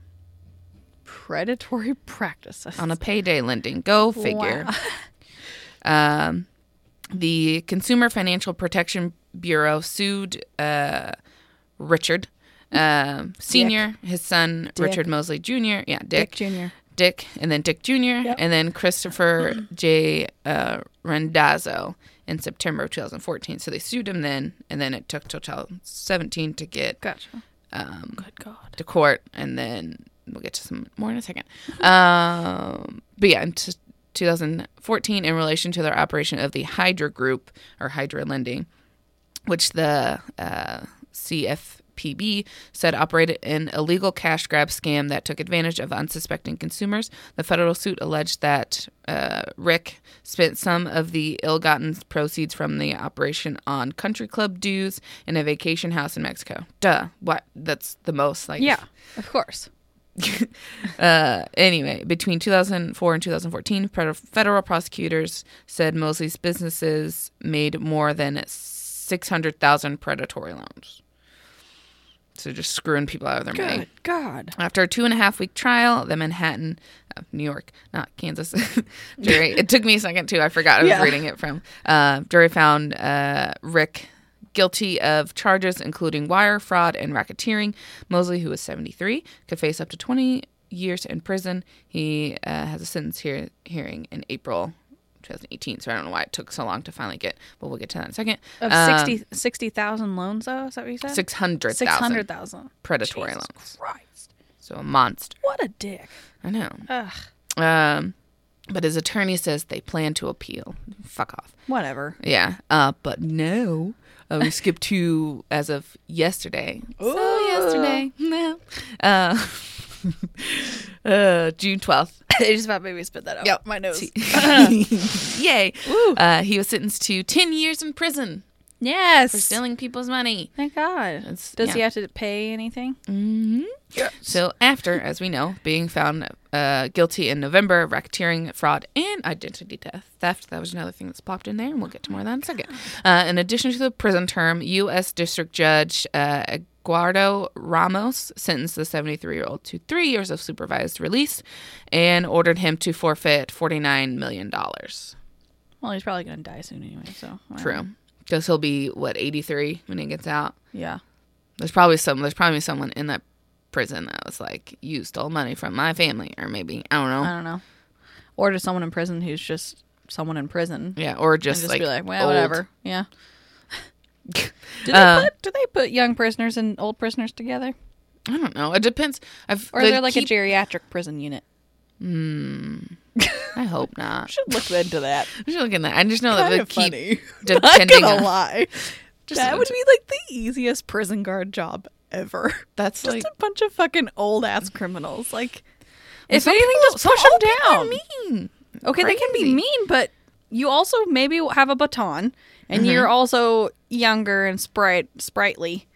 Speaker 2: Predatory practices. (laughs)
Speaker 1: on a payday lending. Go figure.
Speaker 2: Wow.
Speaker 1: Um, the Consumer Financial Protection Bureau sued uh, Richard um, Senior, his son Richard Mosley Jr. Yeah, Dick,
Speaker 2: Dick Jr.
Speaker 1: Dick, and then Dick Jr. and then Christopher J. Uh, Rendazzo in September of 2014. So they sued him then, and then it took till 2017 to get
Speaker 2: Gotcha.
Speaker 1: um,
Speaker 2: Good God.
Speaker 1: to court, and then we'll get to some more in a second. Um, but yeah, in t- 2014, in relation to their operation of the Hydra Group or Hydra Lending, which the uh, CFPB said operated an illegal cash grab scam that took advantage of unsuspecting consumers. The federal suit alleged that uh, Rick spent some of the ill gotten proceeds from the operation on country club dues and a vacation house in Mexico. Duh. What? That's the most like.
Speaker 2: Yeah, of course.
Speaker 1: Uh, anyway, between 2004 and 2014, fed- federal prosecutors said Mosley's businesses made more than 600,000 predatory loans. So just screwing people out of their money.
Speaker 2: God.
Speaker 1: After a two and a half week trial, the Manhattan, uh, New York, not Kansas, (laughs) jury. It took me a second too. I forgot I was
Speaker 2: Yeah.
Speaker 1: reading it from. Uh, jury found uh, Rick guilty of charges including wire fraud and racketeering. Mosley, who was 73, could face up to 20 years in prison. He uh, has a sentence here hearing in April 2018. So I don't know why it took so long to finally get, but we'll get to that in a second.
Speaker 2: Of
Speaker 1: Um,
Speaker 2: sixty sixty thousand 60,000 loans, though? Is that what you said?
Speaker 1: 600,000
Speaker 2: 600,000.
Speaker 1: predatory
Speaker 2: Jesus
Speaker 1: loans.
Speaker 2: Christ.
Speaker 1: So a monster.
Speaker 2: What a dick.
Speaker 1: I know.
Speaker 2: Ugh.
Speaker 1: Um, but his attorney says they plan to appeal. Fuck off.
Speaker 2: (laughs) Whatever.
Speaker 1: Yeah. Uh, but no. Uh, we skipped to as of yesterday. So
Speaker 2: Ooh.
Speaker 1: yesterday. (laughs) No. Uh, (laughs) uh, June 12th.
Speaker 2: it just about made me spit that out.
Speaker 1: Yep.
Speaker 2: My nose.
Speaker 1: (laughs) Yay. Uh, he was sentenced to 10 years in prison for
Speaker 2: (laughs) yes.
Speaker 1: stealing people's money.
Speaker 2: Thank God.
Speaker 1: It's-
Speaker 2: Does
Speaker 1: yeah.
Speaker 2: he have to pay anything?
Speaker 1: Mm-hmm. So after, as we know, being found uh, guilty in November of racketeering, fraud, and identity theft, theft that was another thing that's popped in there, and we'll get to more of that in a second. Uh, in addition to the prison term, U.S. District Judge uh, Eduardo Ramos sentenced the 73-year-old to three years of supervised release and ordered him to forfeit $49 million.
Speaker 2: Well, he's probably going to die soon anyway, so. whatever.
Speaker 1: True. Because he'll be, what, 83 when he gets out?
Speaker 2: Yeah.
Speaker 1: There's probably some. There's probably someone in that prison that was like, "You stole money from my family," or maybe I don't know.
Speaker 2: I don't know. Or to someone in prison who's just someone in prison.
Speaker 1: yeah, or just,
Speaker 2: Just
Speaker 1: like,
Speaker 2: be like, well,
Speaker 1: old.
Speaker 2: whatever. Yeah. (laughs) do, they
Speaker 1: Um,
Speaker 2: put, do they put young prisoners and old prisoners together?
Speaker 1: I don't know. It depends. I've
Speaker 2: Or
Speaker 1: they
Speaker 2: is there like
Speaker 1: keep-
Speaker 2: a geriatric prison unit?
Speaker 1: I hope not.
Speaker 2: (laughs) Should look into that.
Speaker 1: I'm just looking at that. I just know that they
Speaker 2: (laughs) Kinda
Speaker 1: keep
Speaker 2: (laughs) Not
Speaker 1: depending
Speaker 2: gonna
Speaker 1: on.
Speaker 2: lie. that
Speaker 1: a-
Speaker 2: would be like the easiest prison guard job ever. (laughs)
Speaker 1: That's
Speaker 2: Just
Speaker 1: like
Speaker 2: a bunch of fucking old ass criminals. Like, if
Speaker 1: some
Speaker 2: anything,
Speaker 1: people-
Speaker 2: just
Speaker 1: some
Speaker 2: push them
Speaker 1: old people are
Speaker 2: down.
Speaker 1: mean.
Speaker 2: Okay, they can be
Speaker 1: Crazy.
Speaker 2: mean, but you also maybe have a baton, and
Speaker 1: Mm-hmm.
Speaker 2: you're also younger and sprite sprightly,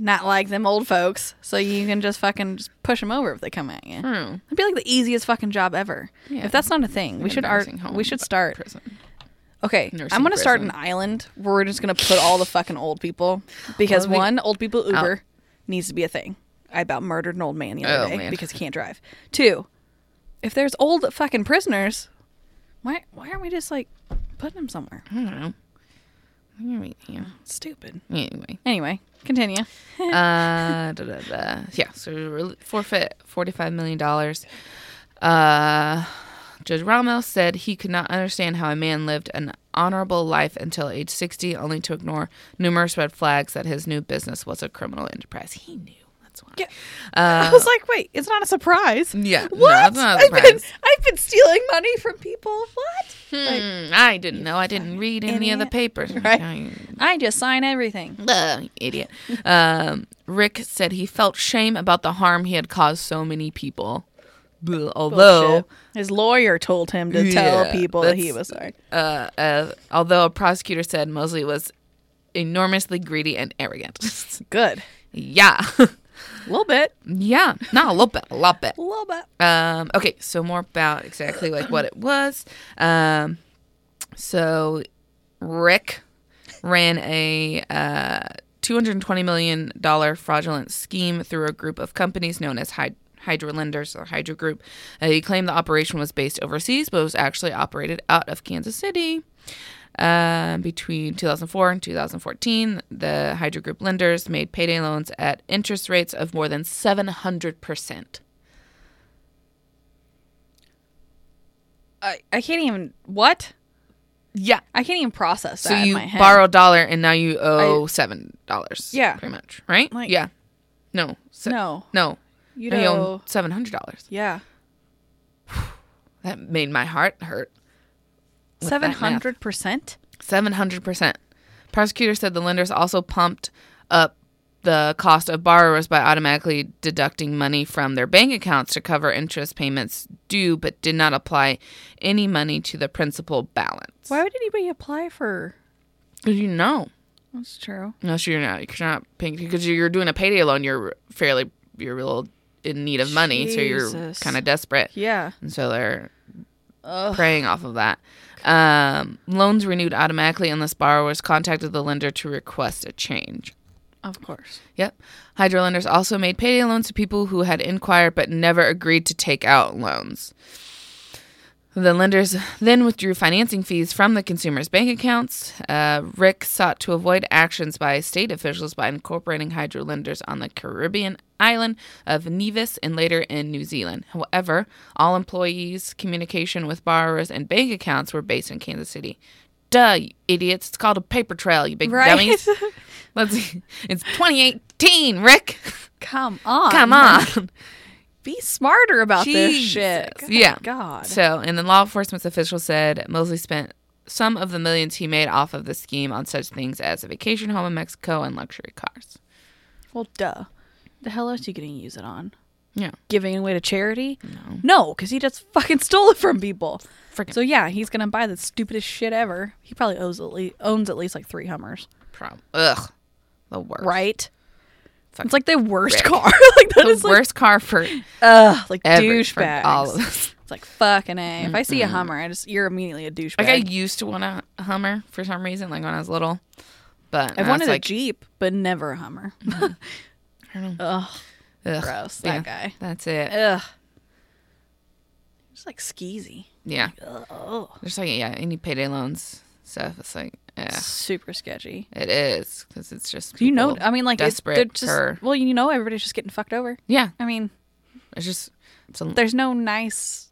Speaker 2: not like them old folks. So you can just fucking just push them over if they come at you.
Speaker 1: Hmm.
Speaker 2: It'd be like the easiest fucking job ever.
Speaker 1: Yeah.
Speaker 2: If that's not a thing, we
Speaker 1: a
Speaker 2: should art.
Speaker 1: nursing home,
Speaker 2: We should
Speaker 1: but
Speaker 2: start.
Speaker 1: Prison.
Speaker 2: Okay,
Speaker 1: nursing
Speaker 2: I'm gonna start an
Speaker 1: prison.
Speaker 2: island where we're just gonna put all the fucking
Speaker 1: (sighs)
Speaker 2: old people because
Speaker 1: Well, we- Oh.
Speaker 2: one, old people Uber needs to be a thing. I about murdered an old man the other
Speaker 1: Oh,
Speaker 2: day
Speaker 1: man.
Speaker 2: because he can't drive. Two, if there's old fucking prisoners, why why aren't we just like putting them somewhere?
Speaker 1: I don't know. I mean, yeah.
Speaker 2: Stupid.
Speaker 1: Anyway,
Speaker 2: Anyway, continue.
Speaker 1: uh, da, da, da. yeah. So we rel- forfeit forty-five million dollars. Uh, Judge Ramos said he could not understand how a man lived an honorable life until age sixty, only to ignore numerous red flags that his new business was a criminal enterprise. He knew. That's why.
Speaker 2: Yeah. I
Speaker 1: Uh,
Speaker 2: was like, wait, it's not a surprise.
Speaker 1: yeah.
Speaker 2: What?
Speaker 1: No, that's not a
Speaker 2: I've been
Speaker 1: surprise.
Speaker 2: I've been stealing money from people. What? Like,
Speaker 1: Mm, I didn't know. I didn't read any of the
Speaker 2: idiot. (laughs)
Speaker 1: papers.
Speaker 2: Right.
Speaker 1: I-
Speaker 2: I just sign everything.
Speaker 1: Ugh, idiot. Um, Rick said he felt shame about the harm he had caused so many people. Blah, although,
Speaker 2: Bullshit. his lawyer told him to
Speaker 1: Yeah,
Speaker 2: tell people that he
Speaker 1: that's-
Speaker 2: was sorry.
Speaker 1: uh, uh, although a prosecutor said Mosley was enormously greedy and arrogant. (laughs)
Speaker 2: Good.
Speaker 1: yeah. (laughs)
Speaker 2: A little bit.
Speaker 1: Yeah, not a little bit, a lot bit.
Speaker 2: A little bit.
Speaker 1: Um, okay, so more about exactly like what it was. Um, so Rick ran a uh, $220 million fraudulent scheme through a group of companies known as Hyd- Hydra Lenders or Hydra Group. Uh, he claimed the operation was based overseas, but was actually operated out of Kansas City. Uh, between 2004 and 2014, the Hydra Group lenders made payday loans at interest rates of more than 700%.
Speaker 2: I, I can't even. What?
Speaker 1: Yeah.
Speaker 2: I can't even process that
Speaker 1: So
Speaker 2: in
Speaker 1: you
Speaker 2: my head.
Speaker 1: borrow a dollar and now you owe seven dollars.
Speaker 2: Yeah.
Speaker 1: pretty much, right?
Speaker 2: Like-
Speaker 1: yeah. No. Se-
Speaker 2: No.
Speaker 1: No.
Speaker 2: You
Speaker 1: Now you
Speaker 2: know.
Speaker 1: owe seven hundred dollars.
Speaker 2: Yeah.
Speaker 1: That made my heart hurt. with that
Speaker 2: Seven
Speaker 1: math.
Speaker 2: hundred percent.
Speaker 1: Seven hundred percent. Prosecutor said the lenders also pumped up the cost of borrowers by automatically deducting money from their bank accounts to cover interest payments due, but did not apply any money to the principal balance.
Speaker 2: Why would anybody apply for?
Speaker 1: Because you know,
Speaker 2: That's true.
Speaker 1: unless you're not, you're not paying because you're doing a payday loan, you're fairly you're real in need of money, so you're
Speaker 2: Jesus.
Speaker 1: kind of desperate.
Speaker 2: Yeah.
Speaker 1: And so they're preying off of that. Um, loans renewed automatically unless borrowers contacted the lender to request a change.
Speaker 2: Of course.
Speaker 1: Yep. Hydro lenders also made payday loans to people who had inquired but never agreed to take out loans. The lenders then withdrew financing fees from the consumers' bank accounts. Uh, Rick sought to avoid actions by state officials by incorporating hydro lenders on the Caribbean island of Nevis and later in New Zealand. However, all employees' communication with borrowers and bank accounts were based in Kansas City. Duh, you idiots. It's called a paper trail, you big
Speaker 2: Right.
Speaker 1: dummies. Let's see. It's 2018, Rick.
Speaker 2: (laughs) Come on.
Speaker 1: Come on.
Speaker 2: Be smarter about this
Speaker 1: Jesus.
Speaker 2: shit.
Speaker 1: Yeah.
Speaker 2: God.
Speaker 1: So, and then law enforcement officials said Mosley spent some of the millions he made off of the scheme on such things as a vacation home in Mexico and luxury cars.
Speaker 2: Well, duh. The hell else are you going to use it on?
Speaker 1: Yeah.
Speaker 2: Giving it away to charity? No. because he just (laughs) fucking stole it from people.
Speaker 1: Frickin'
Speaker 2: So yeah, he's going to buy the stupidest shit ever. He probably owes at least, owns at least like three Hummers.
Speaker 1: problem. Ugh. The worst.
Speaker 2: Right?
Speaker 1: Fuck
Speaker 2: It's like the worst
Speaker 1: Rick.
Speaker 2: car. (laughs) like that
Speaker 1: The
Speaker 2: is like,
Speaker 1: worst car for
Speaker 2: ugh, like
Speaker 1: ever. For
Speaker 2: douchebags.
Speaker 1: all of us.
Speaker 2: (laughs) It's like fucking a. If I see a Hummer, I just you're immediately a douchebag.
Speaker 1: Like, I used to want a Hummer for some reason, like when I was little. But
Speaker 2: I've
Speaker 1: I was
Speaker 2: wanted
Speaker 1: like,
Speaker 2: a Jeep, but never a Hummer. Ugh,
Speaker 1: (laughs) Ugh.
Speaker 2: gross.
Speaker 1: Yeah.
Speaker 2: That guy.
Speaker 1: That's it.
Speaker 2: Ugh. It's like skeezy.
Speaker 1: Yeah.
Speaker 2: Ugh.
Speaker 1: There's like, yeah, any payday loans stuff. It's like, yeah.
Speaker 2: Super sketchy.
Speaker 1: It is because it's just
Speaker 2: You know,
Speaker 1: people
Speaker 2: I mean, like it's-
Speaker 1: desperate
Speaker 2: they're just
Speaker 1: for
Speaker 2: well, you know, everybody's just getting fucked over.
Speaker 1: yeah.
Speaker 2: I mean,
Speaker 1: It's just it's, a,
Speaker 2: there's no nice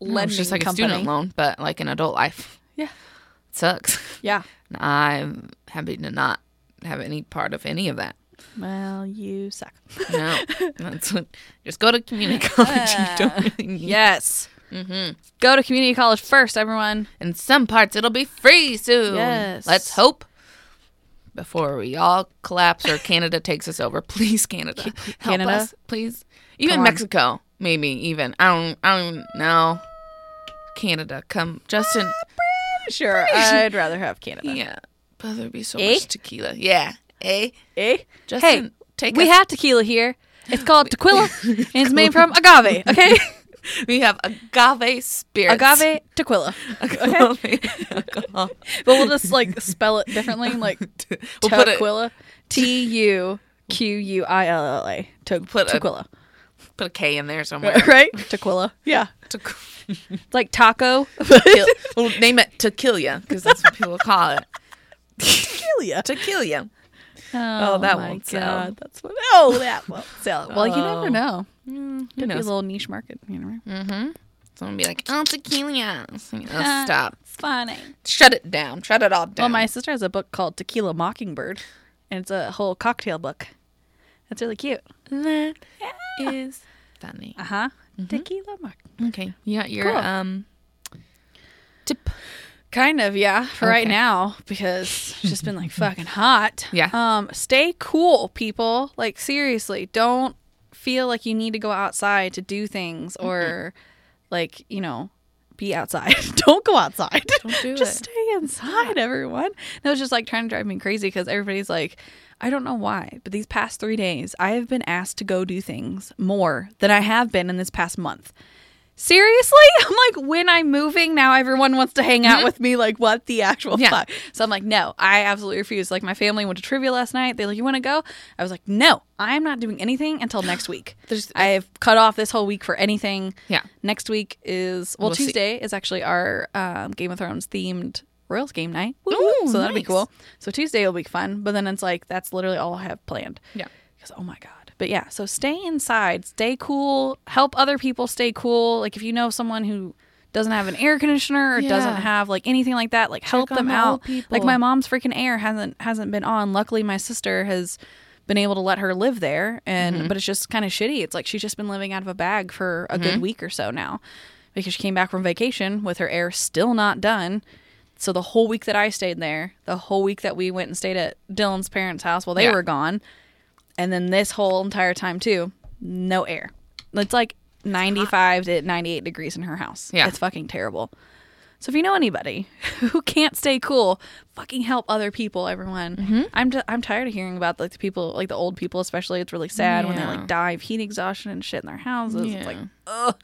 Speaker 1: no,
Speaker 2: lending
Speaker 1: it's just like
Speaker 2: company.
Speaker 1: a student loan, but like an adult life
Speaker 2: Yeah,
Speaker 1: it sucks. (laughs)
Speaker 2: yeah.
Speaker 1: And I'm happy to not have any part of any of that.
Speaker 2: Well,
Speaker 1: (laughs)
Speaker 2: you suck. (laughs)
Speaker 1: No, that's what, just go to community (laughs) college. you don't really need.
Speaker 2: yes. Mm-hmm. Go to community college first, everyone.
Speaker 1: In some parts, it'll be free soon.
Speaker 2: Yes.
Speaker 1: Let's hope. Before we all collapse or Canada takes us over, please Canada, (laughs) help
Speaker 2: Canada?
Speaker 1: us, please. Even
Speaker 2: Come on.
Speaker 1: Mexico, maybe even. I don't. I don't know. Canada, come, Justin. (laughs)
Speaker 2: Sure, I'd rather have Canada.
Speaker 1: Yeah, but there'd be so
Speaker 2: Eh?
Speaker 1: much tequila. Yeah, eh?
Speaker 2: Eh?
Speaker 1: Justin,
Speaker 2: hey,
Speaker 1: take
Speaker 2: we
Speaker 1: us-
Speaker 2: have tequila here. It's
Speaker 1: (laughs)
Speaker 2: called tequila, and it's made from agave. Okay,
Speaker 1: We have agave spirits.
Speaker 2: agave tequila. Okay,
Speaker 1: (laughs) Agave alcohol.
Speaker 2: but we'll
Speaker 1: (laughs)
Speaker 2: just like spell it differently, like
Speaker 1: We'll put a,
Speaker 2: tequila. T U Q U I L L A.
Speaker 1: Put a-
Speaker 2: Tequila.
Speaker 1: put a K in there somewhere.
Speaker 2: Right? (laughs) Tequila. Yeah.
Speaker 1: Tequ-
Speaker 2: It's like (laughs) taco.
Speaker 1: Tequila. we'll name it tequila because that's what people call it.
Speaker 2: Tequila.
Speaker 1: Tequila.
Speaker 2: Oh,
Speaker 1: that
Speaker 2: my
Speaker 1: won't sell.
Speaker 2: That's what. Oh, that (laughs) won't sell. Well, you
Speaker 1: Oh.
Speaker 2: never know.
Speaker 1: Who
Speaker 2: Could be a
Speaker 1: knows?
Speaker 2: little niche market. You never know.
Speaker 1: Someone be like, oh, tequila. It's like, Oh, stop.
Speaker 2: It's funny.
Speaker 1: Shut it down. Shut it all
Speaker 2: Well,
Speaker 1: down.
Speaker 2: my sister has a book called Tequila Mockingbird, and it's a whole cocktail book. That's really cute.
Speaker 1: that is funny.
Speaker 2: Uh huh. Tequila Mockingbird.
Speaker 1: Okay. You got your
Speaker 2: Cool.
Speaker 1: um tip.
Speaker 2: Kind of, yeah, for right
Speaker 1: Okay.
Speaker 2: now because it's just been
Speaker 1: (laughs)
Speaker 2: like fucking hot.
Speaker 1: Yeah.
Speaker 2: Um, stay cool, people. Like seriously, don't feel like you need to go outside to do things or like, you know, be outside. (laughs) Don't go outside.
Speaker 1: Don't do
Speaker 2: (laughs) just
Speaker 1: it.
Speaker 2: stay inside, everyone. And it was just like trying to drive me crazy because everybody's like, I don't know why, but these past three days, I have been asked to go do things more than I have been in this past month. Seriously? (laughs) I'm like, when I'm moving, now everyone wants to hang out with me. Like, what the actual
Speaker 1: Mm-hmm. Yeah.
Speaker 2: fuck? So I'm like, no, I absolutely refuse. Like, my family went to trivia last night. They're like, you want to go? I was like, no, I'm not doing anything
Speaker 1: (gasps)
Speaker 2: until next week.
Speaker 1: There's-
Speaker 2: I have cut off this whole week for anything.
Speaker 1: Yeah.
Speaker 2: Next week is, well,
Speaker 1: We'll see.
Speaker 2: Tuesday is actually our um, Game of Thrones themed Royals game night. Woo,
Speaker 1: Ooh,
Speaker 2: so that'll be
Speaker 1: nice.
Speaker 2: cool. So Tuesday will be fun, but then it's like that's literally all I have planned.
Speaker 1: Yeah.
Speaker 2: Because oh my god. But yeah, so stay inside, stay cool, help other people stay cool. Like if you know someone who doesn't have an air conditioner or doesn't
Speaker 1: Yeah.
Speaker 2: have like anything like that, like help
Speaker 1: on
Speaker 2: them
Speaker 1: the
Speaker 2: out.
Speaker 1: old people.
Speaker 2: Like my mom's freaking air hasn't hasn't been on. Luckily my sister has been able to let her live there and
Speaker 1: Mm-hmm.
Speaker 2: but it's just kind of shitty. It's like she's just been living out of a bag for a
Speaker 1: Mm-hmm.
Speaker 2: good week or so now because she came back from vacation with her air still not done. So the whole week that I stayed there, the whole week that we went and stayed at Dylan's parents' house while they
Speaker 1: Yeah.
Speaker 2: were gone, and then this whole entire time too, no air. It's like 95 to 98 degrees in her house.
Speaker 1: Yeah.
Speaker 2: It's fucking terrible. So if you know anybody (laughs) who can't stay cool, fucking help other people, everyone.
Speaker 1: Mm-hmm.
Speaker 2: I'm t- I'm tired of hearing about like the people, like the old people especially. It's really sad when they
Speaker 1: Yeah.
Speaker 2: like die of heat exhaustion and shit in their houses. It's like
Speaker 1: Yeah.
Speaker 2: ugh.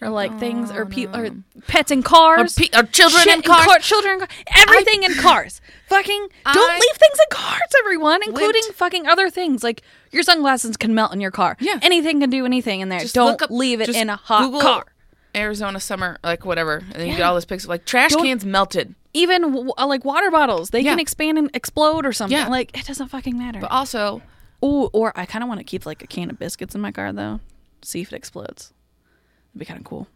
Speaker 2: Or like things or people or pets in cars.
Speaker 1: pe- or children
Speaker 2: Shit
Speaker 1: in cars.
Speaker 2: car- children in cars. Everything in cars. Fucking don't
Speaker 1: I-
Speaker 2: leave things in cars, everyone, including fucking other things. Like your sunglasses can melt in your car.
Speaker 1: Yeah.
Speaker 2: Anything can do anything in there.
Speaker 1: Just
Speaker 2: don't
Speaker 1: look up-
Speaker 2: leave it
Speaker 1: just
Speaker 2: in a hot
Speaker 1: Google
Speaker 2: car.
Speaker 1: Arizona summer, like whatever, and then you get all this pictures like trash
Speaker 2: Don't-
Speaker 1: cans melted.
Speaker 2: Even w- uh, like water bottles, they
Speaker 1: Yeah.
Speaker 2: can expand and explode or something.
Speaker 1: Yeah.
Speaker 2: Like it doesn't fucking matter.
Speaker 1: But also,
Speaker 2: Ooh, or I kind of want to keep like a can of biscuits in my car though. See if it explodes. That'd be kind of cool.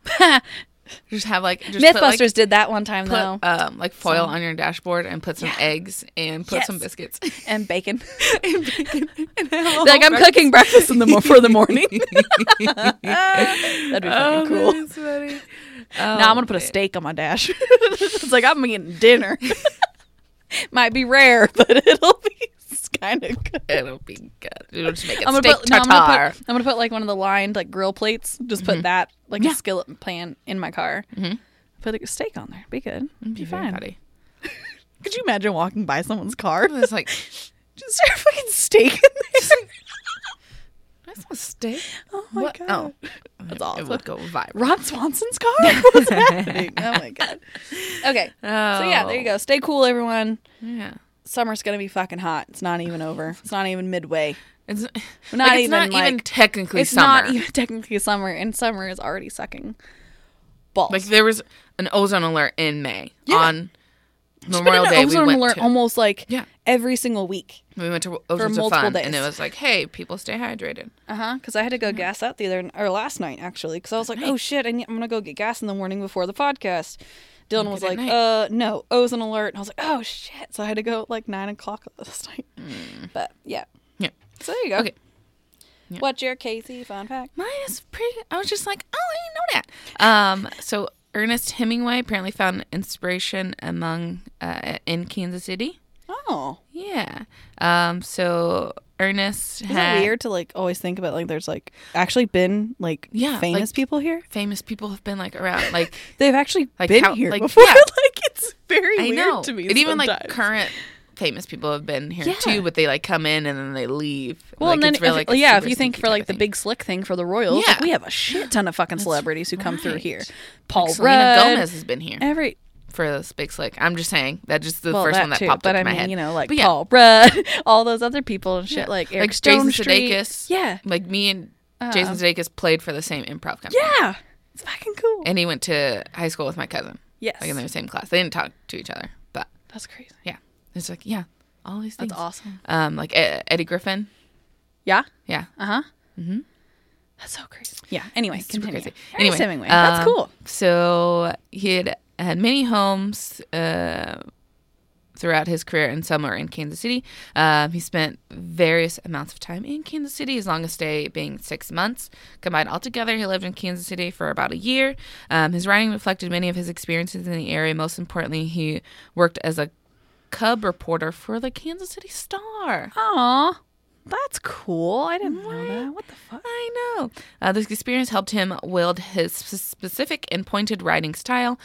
Speaker 1: just have like just put,
Speaker 2: Mythbusters
Speaker 1: like,
Speaker 2: did that one time
Speaker 1: put,
Speaker 2: though,
Speaker 1: um, like foil on your dashboard and put some eggs and put some
Speaker 2: Yes. (laughs)
Speaker 1: biscuits.
Speaker 2: and bacon.
Speaker 1: (laughs) And bacon. (laughs) And have a
Speaker 2: like
Speaker 1: whole
Speaker 2: I'm cooking breakfast in the mo- for the morning. That'd be
Speaker 1: Oh,
Speaker 2: fucking cool.
Speaker 1: that's funny.
Speaker 2: Now I'm gonna put a steak on my dash. (laughs) it's like I'm getting dinner. (laughs) Might be rare, but it'll be kind of good.
Speaker 1: (laughs) It'll be good. It'll just make it
Speaker 2: I'm gonna,
Speaker 1: steak
Speaker 2: put, no, I'm, gonna
Speaker 1: tartare.
Speaker 2: put, I'm gonna put like one of the lined like grill plates. Just put that like a skillet pan in my car. Put a steak on there. Be good. Mm-hmm. Be
Speaker 1: Very
Speaker 2: fine.
Speaker 1: funny.
Speaker 2: Could you imagine walking by someone's car? (laughs)
Speaker 1: It's like (laughs)
Speaker 2: Just there a fucking steak in (laughs) there.
Speaker 1: that's a steak.
Speaker 2: oh my
Speaker 1: What?
Speaker 2: god.
Speaker 1: Oh.
Speaker 2: That's
Speaker 1: It
Speaker 2: awesome.
Speaker 1: would go viral.
Speaker 2: Ron
Speaker 1: (laughs)
Speaker 2: Swanson's car? What was happening? Oh my god. Okay. So yeah, there you
Speaker 1: Oh.
Speaker 2: go. Stay cool, everyone.
Speaker 1: Yeah.
Speaker 2: Summer's gonna be fucking hot. It's not even over. It's not even midway.
Speaker 1: It's not,
Speaker 2: not
Speaker 1: it's
Speaker 2: even,
Speaker 1: not even
Speaker 2: like-
Speaker 1: technically
Speaker 2: it's
Speaker 1: summer.
Speaker 2: not even (laughs) technically summer, and summer is already sucking balls. (laughs)
Speaker 1: like there was an ozone alert in May
Speaker 2: Yeah.
Speaker 1: on
Speaker 2: There's been
Speaker 1: Memorial
Speaker 2: an
Speaker 1: Day.
Speaker 2: ozone
Speaker 1: we went
Speaker 2: alert
Speaker 1: to
Speaker 2: almost like
Speaker 1: Yeah.
Speaker 2: every single week.
Speaker 1: we went to oceans of
Speaker 2: multiple
Speaker 1: fun,
Speaker 2: days.
Speaker 1: and it was like, hey, people stay hydrated.
Speaker 2: Uh huh. Because I had to
Speaker 1: Mm-hmm.
Speaker 2: go gas out the other or last night actually. Because I was like, oh shit, I need, I'm gonna go get gas in the morning before the podcast. Dylan was
Speaker 1: it
Speaker 2: like,
Speaker 1: at night.
Speaker 2: uh, no, ozone alert. And I was like, oh shit. So I had to go at like nine o'clock (laughs) last night. But yeah.
Speaker 1: Yeah.
Speaker 2: So there you go.
Speaker 1: Mm. Okay. Yeah.
Speaker 2: What's your Casey fun fact?
Speaker 1: Mine is pretty. I was just like, oh, I didn't know that. Um, so Ernest Hemingway apparently found inspiration among uh, in Kansas City.
Speaker 2: Oh,
Speaker 1: Yeah. Um, so Ernest
Speaker 2: is
Speaker 1: had
Speaker 2: it weird to like always think about like there's like actually been like
Speaker 1: Yeah,
Speaker 2: famous
Speaker 1: like-
Speaker 2: people here?
Speaker 1: famous people have been like around, like
Speaker 2: They've actually
Speaker 1: Like
Speaker 2: been
Speaker 1: how-
Speaker 2: here
Speaker 1: like,
Speaker 2: before.
Speaker 1: yeah.
Speaker 2: (laughs) like it's very
Speaker 1: I
Speaker 2: weird
Speaker 1: know.
Speaker 2: to me.
Speaker 1: and even like
Speaker 2: sometimes.
Speaker 1: current famous people have been here
Speaker 2: Yeah.
Speaker 1: too, but they like come in and then they leave.
Speaker 2: Well,
Speaker 1: like,
Speaker 2: and then
Speaker 1: it's really,
Speaker 2: if,
Speaker 1: like, a
Speaker 2: yeah, if
Speaker 1: super
Speaker 2: you think
Speaker 1: sneaky
Speaker 2: for
Speaker 1: kinda
Speaker 2: like the
Speaker 1: thing.
Speaker 2: big slick thing for the Royals, like,
Speaker 1: Yeah.
Speaker 2: we have a shit ton of fucking celebrities who come through
Speaker 1: right.
Speaker 2: here. Paul
Speaker 1: Selena
Speaker 2: Rudd,
Speaker 1: Gomez has been here
Speaker 2: every
Speaker 1: for this big slick. I'm just saying that just the
Speaker 2: well,
Speaker 1: first
Speaker 2: that
Speaker 1: one that
Speaker 2: too,
Speaker 1: popped up
Speaker 2: but I
Speaker 1: in my
Speaker 2: mean,
Speaker 1: head.
Speaker 2: you know, like
Speaker 1: But yeah.
Speaker 2: Paul Rudd, (laughs) all those other people and shit,
Speaker 1: Yeah.
Speaker 2: like Eric
Speaker 1: Jason
Speaker 2: Stone Street.
Speaker 1: Sudeikis.
Speaker 2: Yeah, Uh-huh.
Speaker 1: like me and Jason Sudeikis played for the same improv company.
Speaker 2: yeah, it's fucking cool.
Speaker 1: and he went to high school with my cousin.
Speaker 2: Yes.
Speaker 1: like in their same class. They didn't talk to each other, but
Speaker 2: That's crazy.
Speaker 1: yeah, it's like yeah, all these things.
Speaker 2: That's awesome.
Speaker 1: Um, like E- Eddie Griffin.
Speaker 2: Yeah.
Speaker 1: Yeah,
Speaker 2: Uh huh. Mm-hmm. That's so crazy. Yeah. Anyway,
Speaker 1: super
Speaker 2: continue.
Speaker 1: crazy.
Speaker 2: Ernest Hemingway. That's
Speaker 1: um,
Speaker 2: cool.
Speaker 1: So he had had many homes uh, throughout his career, and some were in Kansas City. Um, he spent various amounts of time in Kansas City, his longest stay being six months. Combined altogether, he lived in Kansas City for about a year. Um, his writing reflected many of his experiences in the area. Most importantly, he worked as a cub reporter for the Kansas City Star.
Speaker 2: Aw, That's cool. I didn't know that. What the fuck?
Speaker 1: I know. Uh, this experience helped him wield his sp- specific and pointed writing style.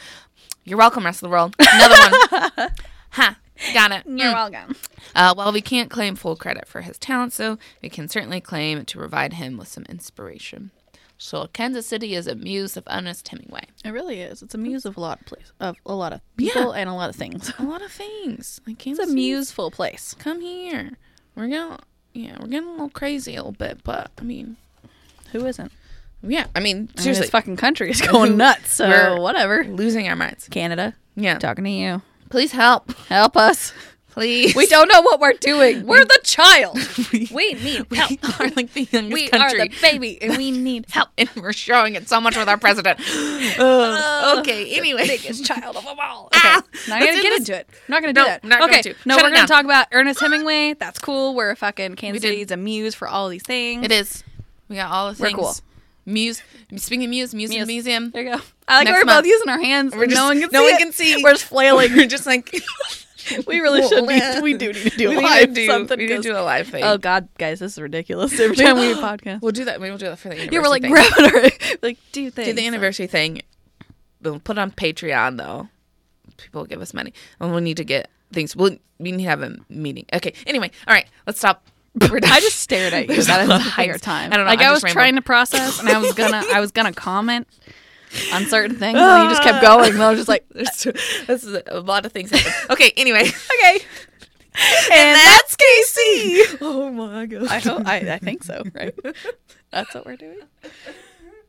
Speaker 1: You're welcome, rest of the world. Another one. (laughs) ha. Got it. Hmm.
Speaker 2: You're welcome.
Speaker 1: Uh, while we can't claim full credit for his talents, though, we can certainly claim to provide him with some inspiration. So Kansas City is a muse of Ernest Hemingway.
Speaker 2: It really is. It's a muse of a lot of place of a lot (laughs) of people and a lot of things. (laughs)
Speaker 1: A lot of things. Like
Speaker 2: It's a
Speaker 1: Kansas City,
Speaker 2: museful place.
Speaker 1: come here. We're gonna, yeah, we're getting a little crazy a little bit, but I mean,
Speaker 2: Who isn't?
Speaker 1: yeah, I mean,
Speaker 2: I mean,
Speaker 1: seriously,
Speaker 2: this fucking country (laughs) is going nuts. So
Speaker 1: We're-
Speaker 2: whatever.
Speaker 1: losing our minds.
Speaker 2: Canada,
Speaker 1: Yeah,
Speaker 2: talking to you.
Speaker 1: please (laughs) help,
Speaker 2: Help us.
Speaker 1: please.
Speaker 2: (laughs) We don't know what we're doing. We're the (laughs) child.
Speaker 1: We-
Speaker 2: We need
Speaker 1: we
Speaker 2: (laughs)
Speaker 1: (laughs)
Speaker 2: help.
Speaker 1: are like the youngest
Speaker 2: We are
Speaker 1: country.
Speaker 2: the baby, and we (laughs) need help.
Speaker 1: (laughs) and we're showing it so much with our (gasps) president. Uh,
Speaker 2: Ugh.
Speaker 1: okay, anyway. (laughs)
Speaker 2: Biggest child of them all. Okay,
Speaker 1: Ah.
Speaker 2: not gonna
Speaker 1: Let's
Speaker 2: get
Speaker 1: end
Speaker 2: into it. Not gonna do
Speaker 1: No,
Speaker 2: that.
Speaker 1: not going
Speaker 2: okay,
Speaker 1: to.
Speaker 2: no,
Speaker 1: Shut
Speaker 2: we're
Speaker 1: it down.
Speaker 2: gonna talk about Ernest Hemingway. That's cool. We're a fucking Kansas
Speaker 1: did.
Speaker 2: City's a muse for all these things.
Speaker 1: It is. We got all the
Speaker 2: We're
Speaker 1: things.
Speaker 2: cool.
Speaker 1: Muse. Speaking of muse, muse, in the
Speaker 2: Muse.
Speaker 1: museum.
Speaker 2: There you go. I like
Speaker 1: Next
Speaker 2: how we're
Speaker 1: month.
Speaker 2: both using our hands.
Speaker 1: We're
Speaker 2: and
Speaker 1: just-
Speaker 2: no one can
Speaker 1: no
Speaker 2: see.
Speaker 1: one
Speaker 2: it.
Speaker 1: can see.
Speaker 2: (laughs) We're just flailing.
Speaker 1: (laughs) We're just like
Speaker 2: we really should
Speaker 1: Well,
Speaker 2: be. We do need to
Speaker 1: (laughs)
Speaker 2: do
Speaker 1: we
Speaker 2: a
Speaker 1: need to
Speaker 2: live
Speaker 1: do,
Speaker 2: something.
Speaker 1: we need to
Speaker 2: 'cause-
Speaker 1: do a live thing.
Speaker 2: Oh God, guys, this is ridiculous. (laughs) Every
Speaker 1: (laughs)
Speaker 2: time we do a podcast,
Speaker 1: We'll do that. Maybe we'll do that for the anniversary.
Speaker 2: yeah, we're like
Speaker 1: thing.
Speaker 2: grabbing our
Speaker 1: (laughs)
Speaker 2: like do things.
Speaker 1: do the anniversary thing. We'll put it on Patreon though. People give us money, and we'll need to get things. We'll we need to have a meeting. Okay. Anyway, all right. Let's stop. (laughs) We're done.
Speaker 2: (laughs) I just stared at you
Speaker 1: There's
Speaker 2: that
Speaker 1: a lot
Speaker 2: entire
Speaker 1: of-
Speaker 2: time.
Speaker 1: I don't know.
Speaker 2: Like
Speaker 1: I
Speaker 2: I, was
Speaker 1: just rambled.
Speaker 2: trying to process, and I was gonna, I was gonna comment on certain things, and you
Speaker 1: (laughs)
Speaker 2: just kept going. And I was just like,
Speaker 1: There's too- this is a lot of
Speaker 2: (laughs)
Speaker 1: things. Happen. Okay. Anyway. (laughs)
Speaker 2: okay.
Speaker 1: and that's Casey. (laughs) Oh my god. (laughs)
Speaker 2: I hope. I, I think so. Right. That's what we're doing.